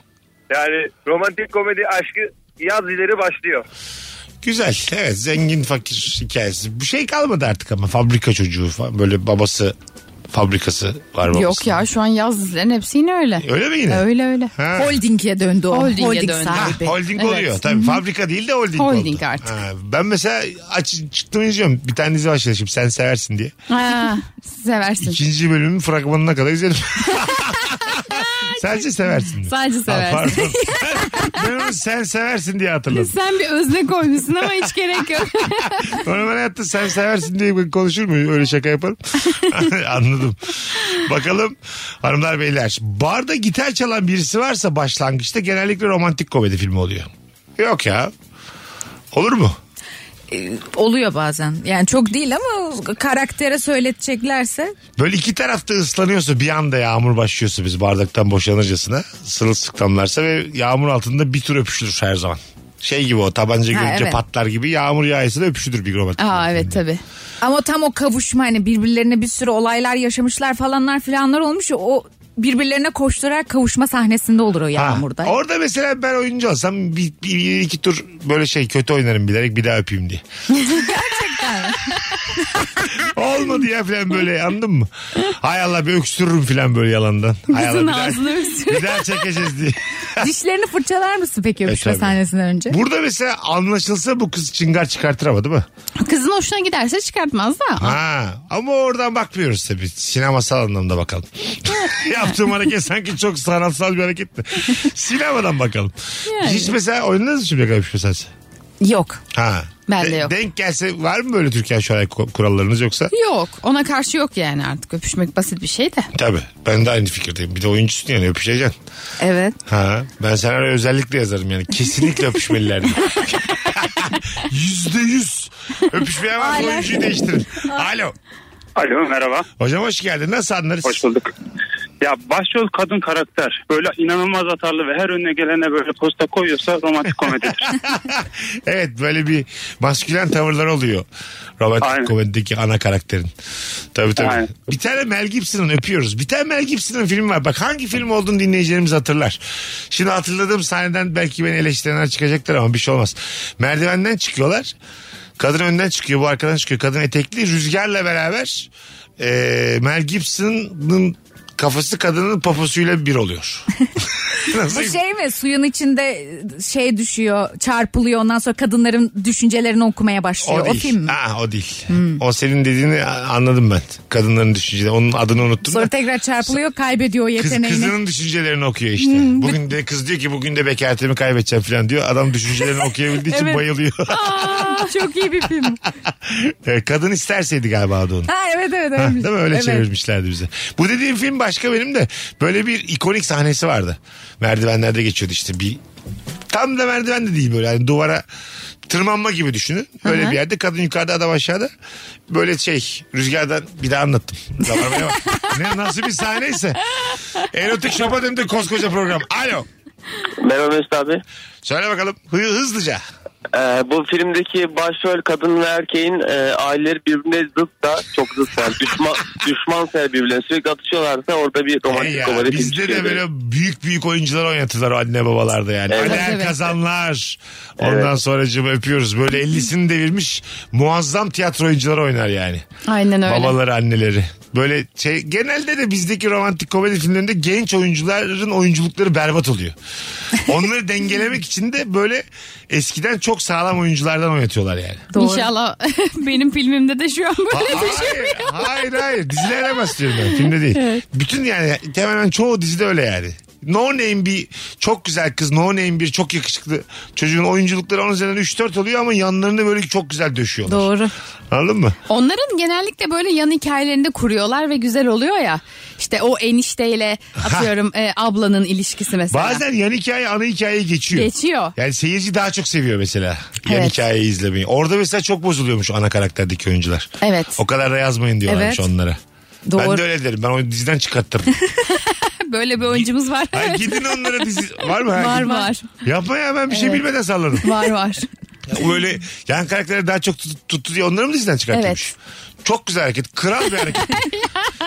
S12: Yani romantik komedi aşkı yaz ileri başlıyor.
S3: Güzel. Evet zengin fakir hikayesi. Bu şey kalmadı artık ama fabrika çocuğu falan. Böyle babası fabrikası var babası.
S4: Yok ya şu an yaz dizilerin hepsi yine öyle.
S3: Öyle mi yine?
S4: Öyle öyle.
S3: Ha.
S5: Holding'e döndü o.
S4: Holding'e
S5: Holding
S4: döndü.
S3: Ha,
S5: sahibi.
S3: holding
S4: Evet.
S3: oluyor. Tabii fabrika değil de holding,
S4: Holding
S3: oldu.
S4: artık.
S3: Ha, ben mesela aç, çıktım izliyorum. Bir tane dizi başladı şimdi sen seversin diye.
S4: Ha, seversin.
S3: İkinci bölümün fragmanına kadar izledim. Sadece seversin. diye.
S4: Sadece
S3: Ha,
S4: seversin.
S3: pardon. ben onu sen seversin diye hatırladım.
S4: Sen bir özne koymuşsun ama hiç gerek yok.
S3: Normal hayatta sen seversin diye konuşur muyum? Öyle şaka yaparım. Anladım. Bakalım hanımlar beyler. Barda gitar çalan birisi varsa başlangıçta genellikle romantik komedi filmi oluyor. Yok ya. Olur mu?
S5: Oluyor bazen. Yani çok değil ama karaktere söyleteceklerse.
S3: Böyle iki tarafta ıslanıyorsa bir anda yağmur başlıyorsa biz bardaktan boşanırcasına sırılsıklamlarsa ve yağmur altında bir tur öpüşülür her zaman. Şey gibi o tabanca
S5: Ha,
S3: görünce
S5: evet.
S3: patlar gibi yağmur yağsa da öpüşülür bir romantik.
S4: Aa evet tabii.
S5: Ama tam o kavuşma hani birbirlerine bir sürü olaylar yaşamışlar falanlar filanlar olmuş. ya, O birbirlerine koşturarak kavuşma sahnesinde olur o
S3: Ha,
S5: yağmurda.
S3: Orada mesela ben oyuncu olsam bir, bir- bir iki tur böyle şey kötü oynarım bilerek bir daha öpeyim diye. Gerçekten. Olmadı ya falan böyle anladın mı? Hay Allah bir öksürürüm falan böyle yalandan. Hay Allah
S4: Kızın
S3: bir daha,
S4: ağzını öksürüyor.
S3: bir daha çekeceğiz diye.
S5: Dişlerini fırçalar mısın peki öpüşme
S3: E, tabii.
S5: sahnesinden önce?
S3: Burada mesela anlaşılsa bu kız çıngar çıkartıramadı mı?
S4: Kızın hoşuna giderse çıkartmaz da.
S3: Ha, ama oradan bakmıyoruz tabii. Sinemasal anlamda bakalım. Yaptığım hareket sanki çok sanatsal bir hareket de. Sinemadan bakalım. Hiç mesela oynadınız mı şimdi öpüşme sahnesi?
S5: Yok.
S3: Ha.
S4: Ben de yok.
S3: Denk gelse var mı böyle Türkan Şoray ku- kurallarınız yoksa?
S4: Yok ona karşı yok yani artık öpüşmek basit bir şey de.
S3: Tabii. Ben de aynı fikirdeyim. Bir de oyuncusun yani öpüşeceksin.
S5: Evet.
S3: Ha. Ben sana özellikle yazarım yani. Kesinlikle öpüşmeliler diye. Yüzde yüz. Öpüşmeye var
S5: Alo.
S3: oyuncuyu değiştirin. Alo.
S13: Alo merhaba.
S3: Hocam hoş geldin. Nasıl anlarız?
S13: Hoş bulduk. Ya başrol kadın karakter böyle inanılmaz atarlı ve her önüne gelene böyle posta koyuyorsa romantik komedidir.
S3: evet böyle bir maskülen tavırlar oluyor. Romantik
S13: Aynen.
S3: komedideki ana karakterin. Tabii tabii.
S13: Aynen.
S3: Bir tane Mel Gibson'ın öpüyoruz. Bir tane Mel Gibson'ın filmi var. Bak hangi film olduğunu dinleyicilerimiz hatırlar. Şimdi hatırladığım sahneden belki beni eleştirenler çıkacaklar ama bir şey olmaz. Merdivenden çıkıyorlar. Kadın önden çıkıyor bu arkadan çıkıyor. Kadın etekli rüzgarla beraber e, Mel Gibson'ın kafası kadının poposuyla bir oluyor.
S5: Bu şey mi suyun içinde şey düşüyor çarpılıyor ondan sonra kadınların düşüncelerini okumaya başlıyor. O,
S3: değil.
S5: film mi? Hmm.
S3: Ha, o değil. O senin dediğini a- anladım ben. Kadınların düşünceleri. Onun adını unuttum.
S5: Sonra
S3: da.
S5: tekrar çarpılıyor kaybediyor o
S3: Kız,
S5: yeteneğini. Hmm,
S3: kızının düşüncelerini okuyor işte. Bugün de kız diyor ki bugün de bekaretimi kaybedeceğim falan diyor. Adam düşüncelerini okuyabildiği için bayılıyor.
S5: Çok iyi bir film.
S3: Evet, Kadın isterseydi galiba adı onun.
S5: Ha evet evet.
S3: Ha,
S5: öyle.
S3: değil mi? Öyle
S5: evet.
S3: çevirmişlerdi bize. Bu dediğim film başka benim de. Böyle bir ikonik sahnesi vardı. Merdivenlerde geçiyordu işte bir tam da merdiven de değil böyle yani duvara tırmanma gibi düşünün. Böyle bir yerde kadın yukarıda adam aşağıda. Böyle şey rüzgardan bir daha anlattım. Rabarbaya bak. ne nasıl bir sahneyse. Erotik şopa döndü koskoca program. Alo.
S12: Merhaba Mesut abi.
S3: Söyle bakalım Hı- hızlıca.
S12: Ee, bu filmdeki başrol kadın ve erkeğin e, aileleri birbirine zıt da çok zıt yani düşman düşmansa birbirlerine sürekli atışıyorlarsa orada bir
S3: Hey
S12: romantik
S3: E ya,
S12: komedi filmi
S3: bizde de
S12: çıkıyor.
S3: böyle büyük büyük oyuncular oynatırlar o anne babalarda yani.
S12: Evet.
S3: Ali
S12: Evet,
S4: evet.
S3: Erkazanlar. Ondan sonra öpüyoruz. Böyle 50'sini devirmiş muazzam tiyatro oyuncuları oynar yani.
S4: Aynen öyle.
S3: Babaları anneleri. Böyle şey genelde de bizdeki romantik komedi filmlerinde genç oyuncuların oyunculukları berbat oluyor. Onları dengelemek için de böyle eskiden çok sağlam oyunculardan oynatıyorlar yani.
S9: İnşallah benim filmimde de şu an böyle
S3: Ha-
S9: bir şey
S3: hayır, hayır hayır dizilere bahsediyorum ben filmde değil. Bütün yani hemen çoğu dizide öyle yani. No name bir çok güzel kız no name bir çok yakışıklı çocuğun oyunculukları onun üzerinden 3-4 oluyor ama yanlarını böyle çok güzel döşüyorlar.
S9: Doğru.
S3: Anladın mı?
S9: Onların genellikle böyle yan hikayelerinde kuruyorlar ve güzel oluyor ya. İşte o enişteyle atıyorum e, ablanın ilişkisi mesela.
S3: Bazen yan hikaye ana hikaye geçiyor.
S9: Geçiyor.
S3: Yani seyirci daha çok seviyor mesela yan
S9: Evet.
S3: hikayeyi izlemeyi. Orada mesela çok bozuluyormuş ana karakterdeki oyuncular.
S9: Evet.
S3: O kadar da yazmayın diyorlarmış
S9: Evet.
S3: onlara. Ben
S9: Doğru.
S3: de öyle derim. Ben o diziden çıkarttım.
S9: Böyle bir oyuncumuz var.
S3: Ha,
S9: Evet.
S3: gidin onlara dizi. Var mı? Ha,
S9: Var
S3: gidin.
S9: var.
S3: Yapma ya ben bir şey
S9: Evet.
S3: bilmeden salladım.
S9: Var var.
S3: Ya Böyle yan karakteri daha çok tut- tuttu diye onları mı diziden çıkartıyormuş? Çok güzel hareket. Kral bir hareket.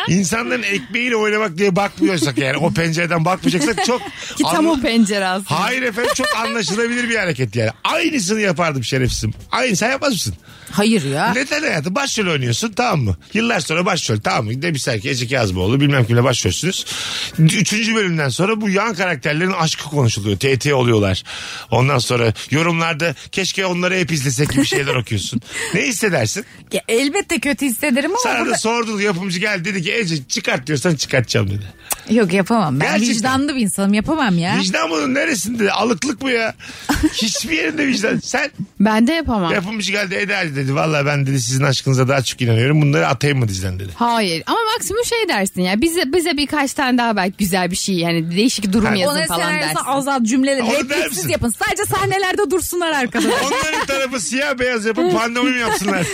S3: İnsanların ekmeğiyle oynamak diye bakmıyorsak yani o pencereden bakmayacaksak çok...
S9: Ki tam o
S3: anla-
S9: pencere aslında.
S3: Hayır efendim çok anlaşılabilir bir hareket yani. Aynısını yapardım şerefsizim. Aynı sen yapmaz mısın?
S5: Hayır ya.
S3: Neden hayatım? Başrol oynuyorsun tamam mı? Yıllar sonra başrol tamam mı? Demişler ki Ecek Yazboğlu bilmem kimle başrolsünüz. Üçüncü bölümden sonra bu yan karakterlerin aşkı konuşuluyor. TT oluyorlar. Ondan sonra yorumlarda keşke onları hep izlesek gibi şeyler okuyorsun. ne hissedersin?
S5: Ya elbette kötü hissederim ama
S3: Sana da
S5: burada-
S3: sordu yapımcı geldi dedi ki Ece çıkart diyorsan çıkartacağım dedi.
S5: yok yapamam. Ben
S3: Gerçekten.
S5: vicdanlı bir insanım yapamam ya.
S3: Vicdan bunun neresinde? Alıklık mı ya? Hiçbir yerinde vicdan. Sen
S9: Ben de yapamam.
S3: yapımcı geldi Eda dedi. Valla ben dedi sizin aşkınıza daha çok inanıyorum. Bunları atayım mı dizden dedi.
S9: Hayır ama maksimum şey dersin ya bize bize birkaç tane daha belki güzel bir şey yani değişik durum
S5: Onları
S9: yazın falan
S5: senaryosu
S9: dersin.
S5: azalt cümleleri
S3: Onu der
S5: repliksiz
S3: misin?
S5: yapın. Sadece sahnelerde dursunlar arkada.
S3: Onların tarafı siyah beyaz yapıp pandemi mi yapsınlar?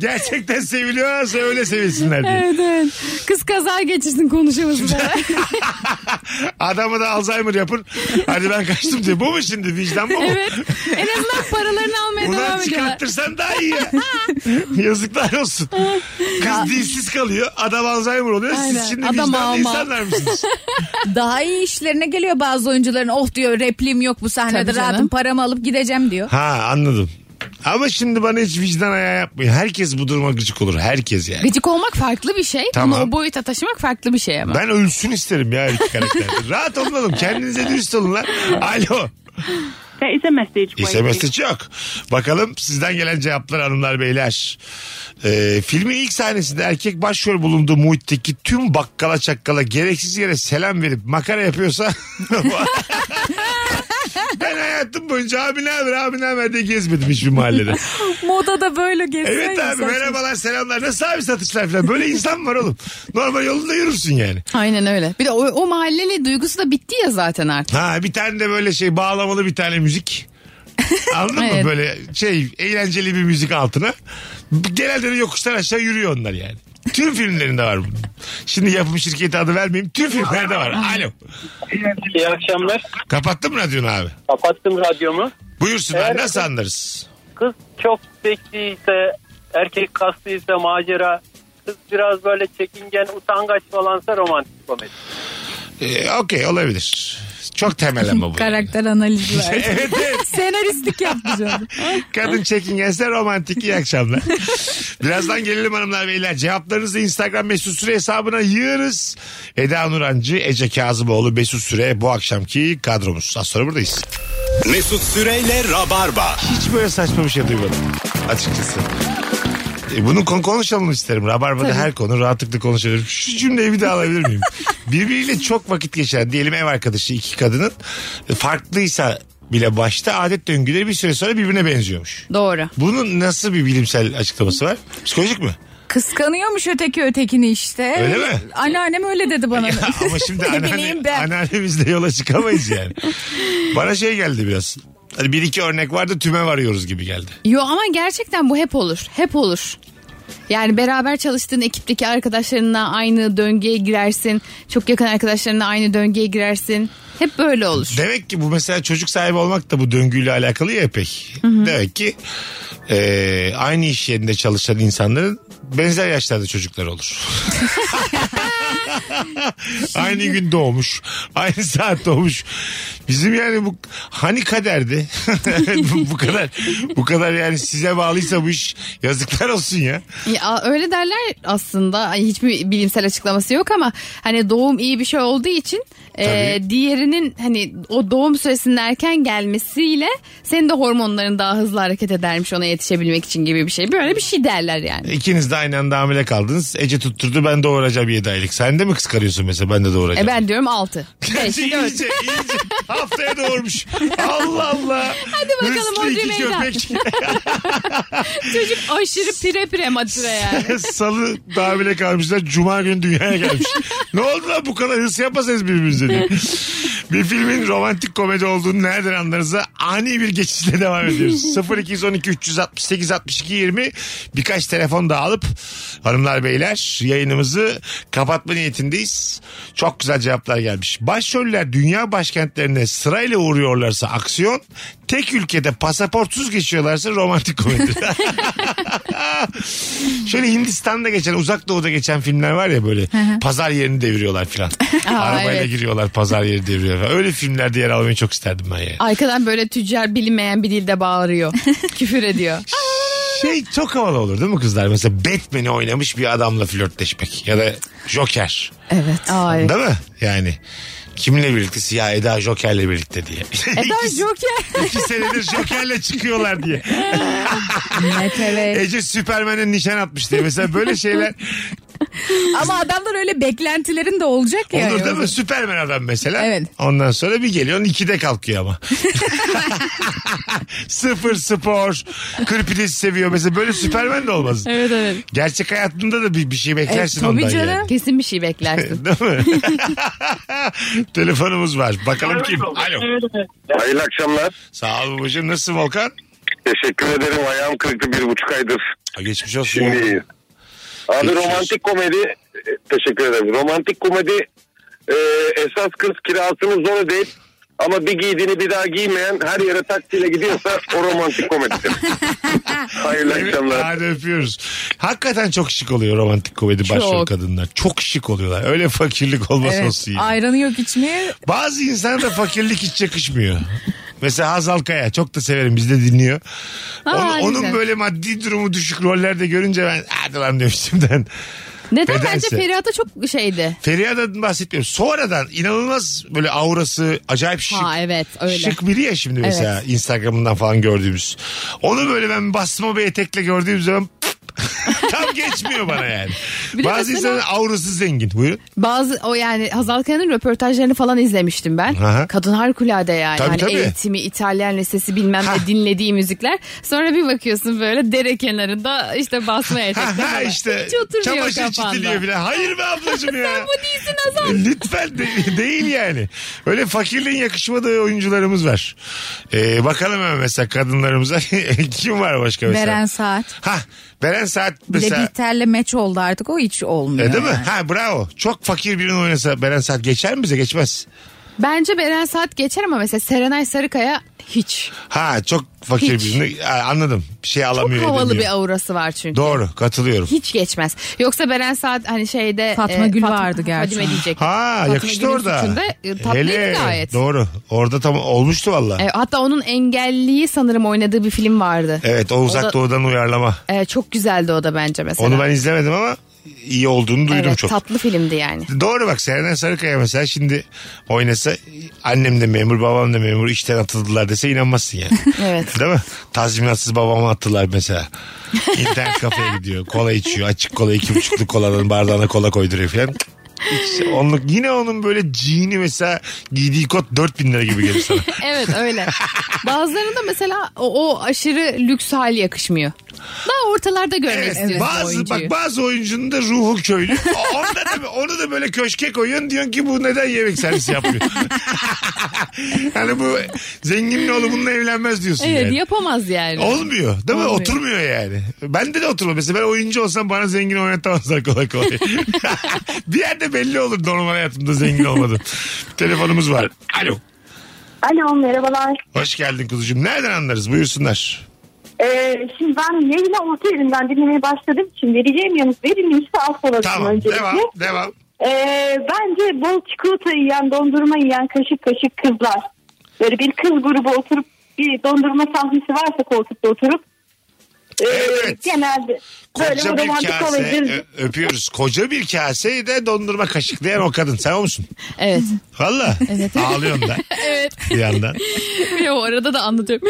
S3: Gerçekten seviliyorlarsa öyle sevilsinler diye.
S9: Evet, evet. Kız kaza geçirsin konuşamasın.
S3: Adamı da Alzheimer yapın. Hadi ben kaçtım diye. Bu mu şimdi? Vicdan bu mu?
S9: evet. En azından paralarını almaya devam
S3: Ulan
S9: ediyorlar.
S3: çıkarttırsan daha iyi ya. Yazıklar olsun. Kız dilsiz kalıyor. Adam Alzheimer oluyor.
S9: Aynen.
S3: Siz şimdi
S9: Adam
S3: vicdanlı
S9: ağma.
S3: insanlar mısınız?
S5: Daha iyi işlerine geliyor bazı oyuncuların. Oh diyor replim yok bu sahnede
S9: Tabii canım.
S5: rahatım paramı alıp gideceğim diyor.
S3: Ha anladım. Ama şimdi bana hiç vicdan ayağı yapmayın. Herkes bu duruma gıcık olur. Herkes yani.
S9: Gıcık olmak farklı bir şey.
S3: Tamam.
S9: Bunu o boyuta taşımak farklı bir şey ama.
S3: Ben ölsün isterim ya erkek karakter. Rahat olmalım. Kendinize dürüst olun lan. Alo.
S14: There is a message
S3: SMS'de çok. Bakalım sizden gelen cevaplar hanımlar beyler. Ee, filmin ilk sahnesinde erkek başrol bulunduğu muhitteki tüm bakkala çakkala gereksiz yere selam verip makara yapıyorsa... ben hayatım boyunca abi ne haber abi ne haber diye gezmedim hiçbir mahallede.
S5: Moda da böyle geçsin.
S3: evet abi merhabalar selamlar nasıl abi satışlar falan böyle insan var oğlum. Normal yolunda yürürsün yani.
S9: Aynen öyle. Bir de o, o mahalleli duygusu da bitti ya zaten artık.
S3: Ha bir tane de böyle şey bağlamalı bir tane müzik. Anladın mı
S9: Evet.
S3: böyle şey eğlenceli bir müzik altına. Genelde de yokuştan aşağı yürüyor onlar yani. Tüm filmlerinde var bu. Şimdi yapım şirketi adı vermeyeyim. Tüm filmlerde var. Alo.
S15: İyi akşamlar.
S3: Kapattın mı radyonu abi?
S15: Kapattım radyomu.
S3: Buyursunlar
S15: Evet.
S3: nasıl anlarız?
S15: Kız çok bekliyse, erkek kaslıysa macera, kız biraz böyle çekingen, utangaç falansa romantik komedi.
S3: Ee, Okey olabilir. Çok temel ama bu.
S5: Karakter analizi var.
S3: evet evet.
S5: Senaristlik yaptı canım.
S3: Kadın çekingense romantik iyi akşamlar. Birazdan gelelim hanımlar beyler. Cevaplarınızı Instagram mesut süre hesabına yığınız. Eda Nurancı, Ece Kazımoğlu, Mesut Süre bu akşamki kadromuz. Az sonra buradayız.
S2: Mesut Süreyle Rabarba.
S3: Hiç böyle saçma bir şey duymadım açıkçası. E, bunu kon- konuşalım isterim. Rabarba'da her konu rahatlıkla konuşabilirim. Şu cümleyi bir daha alabilir miyim? Birbiriyle çok vakit geçiren diyelim ev arkadaşı iki kadının e, farklıysa bile başta adet döngüleri bir süre sonra birbirine benziyormuş.
S9: Doğru.
S3: Bunun nasıl bir bilimsel açıklaması var? Psikolojik mi?
S5: Kıskanıyormuş öteki ötekini işte.
S3: Öyle mi?
S5: Anneannem öyle dedi bana.
S3: Ama şimdi
S5: Ne
S3: anneanne,
S5: bileyim ben.
S3: anneannemizle yola çıkamayız yani. Bana şey geldi biraz. Hani bir iki örnek vardı tüme varıyoruz gibi geldi.
S9: Yo ama gerçekten bu hep olur. Hep olur. Yani beraber çalıştığın ekipteki arkadaşlarınla aynı döngüye girersin. Çok yakın arkadaşlarınla aynı döngüye girersin. Hep böyle olur.
S3: Demek ki bu mesela çocuk sahibi olmak da bu döngüyle alakalı ya epey. Demek ki e, aynı iş yerinde çalışan insanların benzer yaşlarda çocuklar olur. aynı gün doğmuş. Aynı saat doğmuş. Bizim yani bu hani kaderdi. bu, bu kadar bu kadar yani size bağlıysa bu iş yazıklar olsun ya.
S4: Ya, öyle derler aslında. Ay, Hiçbir bilimsel açıklaması yok ama hani doğum iyi bir şey olduğu için e, diğerinin hani o doğum süresinin erken gelmesiyle senin de hormonların daha hızlı hareket edermiş ona yetişebilmek için gibi bir şey. Böyle bir şey derler yani.
S3: İkiniz de aynı anda hamile kaldınız. Ece tutturdu ben doğuracağım 7 aylık. Sen de mi kıskanıyorsun mesela ben de doğuracağım.
S4: E ben diyorum 6.
S3: Gerçi iyice iyice haftaya doğurmuş. Allah Allah.
S4: Hadi bakalım
S3: Hırslı
S4: Audrey
S3: iki
S4: Meydan.
S3: köpek.
S4: Çocuk aşırı pire pire matüre yani.
S3: Salı daha bile kalmışlar. Cuma günü dünyaya gelmiş. ne oldu lan bu kadar hırs yapasanız birbirinize diye. bir filmin romantik komedi olduğunu nereden anlarınıza ani bir geçişle devam ediyoruz. 0212 368 62 20 birkaç telefon daha alıp hanımlar beyler yayınımızı kapatma niyetindeyiz. Çok güzel cevaplar gelmiş. Başroller dünya başkentlerine sırayla uğruyorlarsa aksiyon, tek ülkede pasaportsuz geçiyorlarsa romantik komedi. Şöyle Hindistan'da geçen uzak doğuda geçen filmler var ya böyle
S4: hı.
S3: pazar yerini deviriyorlar filan.
S4: Aa,
S3: Arabayla
S4: evet.
S3: giriyorlar pazar yeri deviriyor falan. Öyle filmlerde yer almayı çok isterdim ben yani.
S4: Arkadan böyle tüccar bilinmeyen bir dilde bağırıyor. Küfür ediyor.
S3: Şey çok havalı olur değil mi kızlar? Mesela Batman'i oynamış bir adamla flörtleşmek ya da Joker.
S4: Evet. Aa, evet.
S3: Değil mi? Yani kimle birlikte? Siyah Eda Joker'le birlikte diye.
S5: Eder Joker.
S3: İki senedir Joker'le çıkıyorlar diye.
S5: evet evet.
S3: Ece Süpermen'e nişan atmış diye. Mesela böyle şeyler
S5: Ama adamlar öyle beklentilerin de olacak ya.
S3: Olur değil mi? Süpermen adam mesela.
S5: Evet.
S3: Ondan sonra bir geliyorsun ikide kalkıyor ama. Sıfır spor. Kırpidesi seviyor. Mesela böyle Süpermen de olmaz.
S4: Evet evet.
S3: Gerçek hayatında da bir, bir şey beklersin
S5: tabii
S3: ondan
S5: canım.
S3: yani.
S4: Kesin bir şey beklersin.
S3: Değil mi? Telefonumuz var. Bakalım kim? Alo.
S6: Hayırlı akşamlar.
S3: Sağ ol babacığım. Nasılsın Volkan?
S6: Teşekkür ederim. Ayağım kırıktı bir buçuk aydır.
S3: Ha, geçmiş olsun.
S6: Şimdi iyi. Abi
S3: Geçmiş
S6: romantik komedi e, teşekkür ederim. Romantik komedi e, esas kız kirasını zor ödeyip ama bir giydiğini bir daha giymeyen her yere taksiyle gidiyorsa o romantik komedidir. Hayırlı akşamlar.
S3: Hadi öpüyoruz. Hakikaten çok şık oluyor romantik komedi başrol
S5: Çok.
S3: kadınlar. Çok şık oluyorlar. Öyle fakirlik olmaz
S5: Evet.
S3: olsun yani.
S5: Ayranı yok içmeye.
S3: Bazı insana da fakirlik hiç yakışmıyor. Mesela Hazal Kaya çok da severim bizde dinliyor.
S4: Aa,
S3: Onu- onun
S4: güzel.
S3: böyle maddi durumu düşük rollerde görünce ben hadi lan diyorum şimdiden.
S4: Neden bence
S3: Nedense.
S4: Feriha'da çok şeydi.
S3: Feriha'dan bahsetmiyorum. Sonradan inanılmaz böyle aurası acayip şık.
S4: Ha evet öyle.
S3: Şık biri ya şimdi mesela
S4: Evet.
S3: Instagram'ından falan gördüğümüz. Onu böyle ben basma bir etekle gördüğüm zaman tam geçmiyor bana yani.
S4: Bir de
S3: Bazı
S4: mesela-
S3: insanın aurası zengin. Buyurun.
S4: Bazı o yani Hazal Kaya'nın röportajlarını falan izlemiştim ben.
S3: Aha.
S4: Kadın harikulade yani.
S3: Tabii,
S4: Hani
S3: tabii.
S4: Eğitimi, İtalyan lisesi bilmem ne dinlediği müzikler. Sonra bir bakıyorsun böyle dere kenarında işte basma etekte
S3: Ha, ha
S4: falan.
S3: işte
S4: Hiç oturmuyor
S3: çamaşır
S4: kafanda.
S3: çitiliyor bile. Hayır be ablacığım ya. E,
S4: Sen bu değilsin Hazal.
S3: Lütfen de- değil yani. Öyle fakirliğin yakışmadığı oyuncularımız var. Ee, bakalım hemen mesela kadınlarımıza kim var başka mesela?
S5: Beren Saat.
S3: Ha, Beren Saat
S5: Bile
S3: mesela.
S5: Bihter'le meç oldu artık o hiç olmuyor.
S3: E, değil mi?
S5: yani.
S3: Ha bravo. Çok fakir birini oynasa Beren Saat geçer mi bize? Geçmez.
S4: Bence Beren Saat geçer ama mesela Serenay Sarıkaya hiç.
S3: Ha çok fakir
S4: Hiç.
S3: birini ha, anladım. Bir şey
S4: Çok
S3: alamıyor.
S4: havalı
S3: edemiyor.
S4: bir aurası var çünkü.
S3: Doğru katılıyorum.
S4: Hiç geçmez. Yoksa Beren Saat hani şeyde
S5: Fatma Gül vardı gerçi.
S4: Fadime diyecek.
S3: Ha
S4: Fatma
S3: yakıştı
S4: Gül'ün
S3: orada.
S4: suçunda, e, tatlıydı gayet.
S3: Doğru. Orada tam olmuştu valla.
S4: E, hatta onun engelliyi sanırım oynadığı bir film vardı.
S3: Evet o uzak
S4: O da-
S3: doğudan uyarlama.
S4: E, çok güzeldi o da bence mesela.
S3: Onu ben izlemedim ama iyi olduğunu duydum
S4: evet,
S3: çok.
S4: Tatlı filmdi yani.
S3: Doğru bak Serenay Sarıkaya mesela şimdi oynasa annem de memur babam da memur işten atıldılar dese inanmazsın yani.
S4: Evet.
S3: Değil mi? Tazminatsız babamı attılar mesela. İnternet kafeye gidiyor kola içiyor açık kola iki buçukluk kolanın bardağına kola koyduruyor falan. Hiç şey, onluk, yine onun böyle jean'i mesela giydiği kot 4000 lira gibi gelir sana.
S4: evet öyle. Bazılarında mesela o, o aşırı lüks hali yakışmıyor. Daha ortalarda görmek
S3: Evet,
S4: istiyorsun
S3: bazı,
S4: oyuncuyu.
S3: bak bazı oyuncunun da ruhu köylü. O- Onda da, onu da böyle köşke koyuyorsun diyorsun ki bu neden yemek servisi yapmıyor. yani bu zenginin oğlu bununla evlenmez diyorsun
S4: evet
S3: yani.
S4: yapamaz yani.
S3: Olmuyor değil mi?
S4: Olmuyor.
S3: Oturmuyor yani. Bende de oturmuyor. Mesela ben oyuncu olsam bana zengin oynatamazlar kolay kolay. bir yerde belli olur normal hayatımda zengin olmadım. Telefonumuz var. Alo.
S16: Alo merhabalar.
S3: Hoş geldin kuzucuğum. Nereden anlarız? Buyursunlar.
S16: Ee, şimdi ben yayını orta yerinden dinlemeye başladım. Şimdi vereceğim yanıt verilmişse af olasın
S3: Tamam
S16: öncelikle.
S3: devam devam.
S16: Ee, bence bol çikolata yiyen, dondurma yiyen kaşık kaşık kızlar. Böyle bir kız grubu oturup bir dondurma sahnesi varsa koltukta oturup e, genelde böyle
S3: Koca
S16: bu
S3: bir
S16: romantik
S3: kase e,
S16: komedi
S3: ö- öpüyoruz. Koca bir kaseyi de dondurma kaşıklayan o kadın. Sen o musun?
S9: Evet.
S3: Valla.
S9: Evet.
S3: Ağlıyorsun da
S9: evet.
S3: bir yandan.
S9: Ve o arada da anlatıyorum.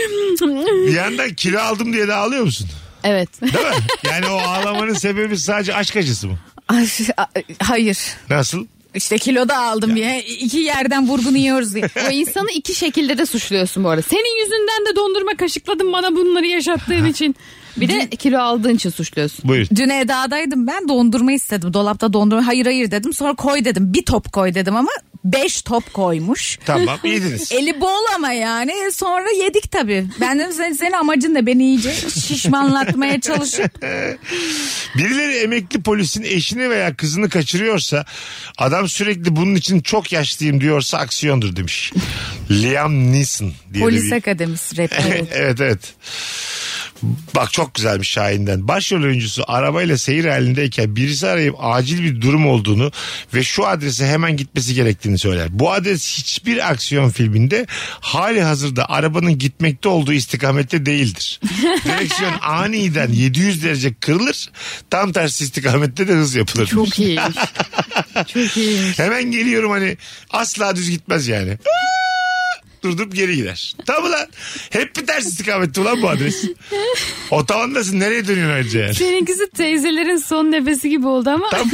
S3: Bir yandan kilo aldım diye de ağlıyor musun?
S9: evet.
S3: Değil mi? Yani o ağlamanın sebebi sadece aşk acısı mı?
S5: Ay, a- hayır.
S3: Nasıl?
S5: İşte kilo da aldım diye iki yerden vurgunu yiyoruz diye.
S9: O insanı iki şekilde de suçluyorsun bu arada. Senin yüzünden de dondurma kaşıkladım bana bunları yaşattığın için. Bir de kilo aldığın için suçluyorsun.
S3: Buyur.
S5: Dün Eda'daydım ben dondurma istedim. Dolapta dondurma hayır hayır dedim. Sonra koy dedim. Bir top koy dedim ama beş top koymuş.
S3: Tamam, yediniz.
S5: Eli bol ama yani. E, Sonra yedik tabii. Ben dedim senin, senin amacın ne? Beni iyice şişmanlatmaya çalışıp.
S3: Birileri emekli polisin eşini veya kızını kaçırıyorsa adam sürekli bunun için çok yaşlıyım diyorsa aksiyondur demiş. Liam Neeson diye de
S5: Polis
S3: bir-
S5: akademisi rap.
S3: evet evet. Bak çok güzelmiş Şahin'den. Başrol oyuncusu arabayla seyir halindeyken birisi arayıp acil bir durum olduğunu ve şu adrese hemen gitmesi gerektiğini söyler. Bu adres hiçbir aksiyon filminde hali hazırda arabanın gitmekte olduğu istikamette değildir. Direksiyon aniden 700 derece kırılır. Tam tersi istikamette de hız yapılır.
S9: Çok iyiymiş. Çok iyiymiş.
S3: Hemen geliyorum hani asla düz gitmez yani. Durdurup geri gider. Tamam lan. Hep bir ters istikamette ulan bu adres. Otobandasın nereye dönüyorsun önce yani?
S9: Seninkisi teyzelerin son nefesi gibi oldu ama.
S3: Tam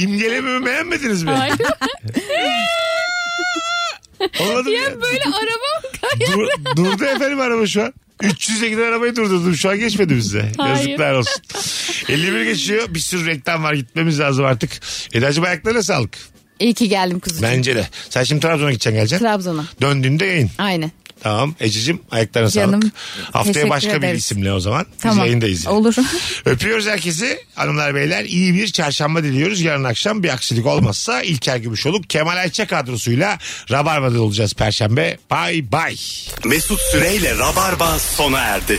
S3: imgelememi beğenmediniz mi?
S9: Hayır.
S3: Olmadı mı ya?
S9: ya böyle araba kayar.
S3: Dur, durdu efendim araba şu an. 300'e giden arabayı durdurdum. Şu an geçmedi mi size.
S9: Hayır.
S3: Yazıklar olsun. 51 geçiyor. Bir sürü reklam var. Gitmemiz lazım artık. Eda'cığım ayaklarına sağlık.
S9: İyi ki geldim kuzucuğum.
S3: Bence de. Sen şimdi Trabzon'a gideceksin geleceksin.
S9: Trabzon'a.
S3: Döndüğünde yayın.
S9: Aynen.
S3: Tamam. Ececiğim ayaklarına
S5: Canım,
S3: sağlık. Haftaya
S5: teşekkür
S3: başka bir
S5: ederiz.
S3: isimle o zaman. Biz
S5: Tamam.
S3: yayındayız. yine.
S5: Olur.
S3: Öpüyoruz herkesi. Hanımlar beyler iyi bir çarşamba diliyoruz. Yarın akşam bir aksilik olmazsa İlker Gümüşoluk Kemal Ayça kadrosuyla Rabarba'da olacağız Perşembe. Bay bay.
S2: Mesut Süreyle Rabarba sona erdi.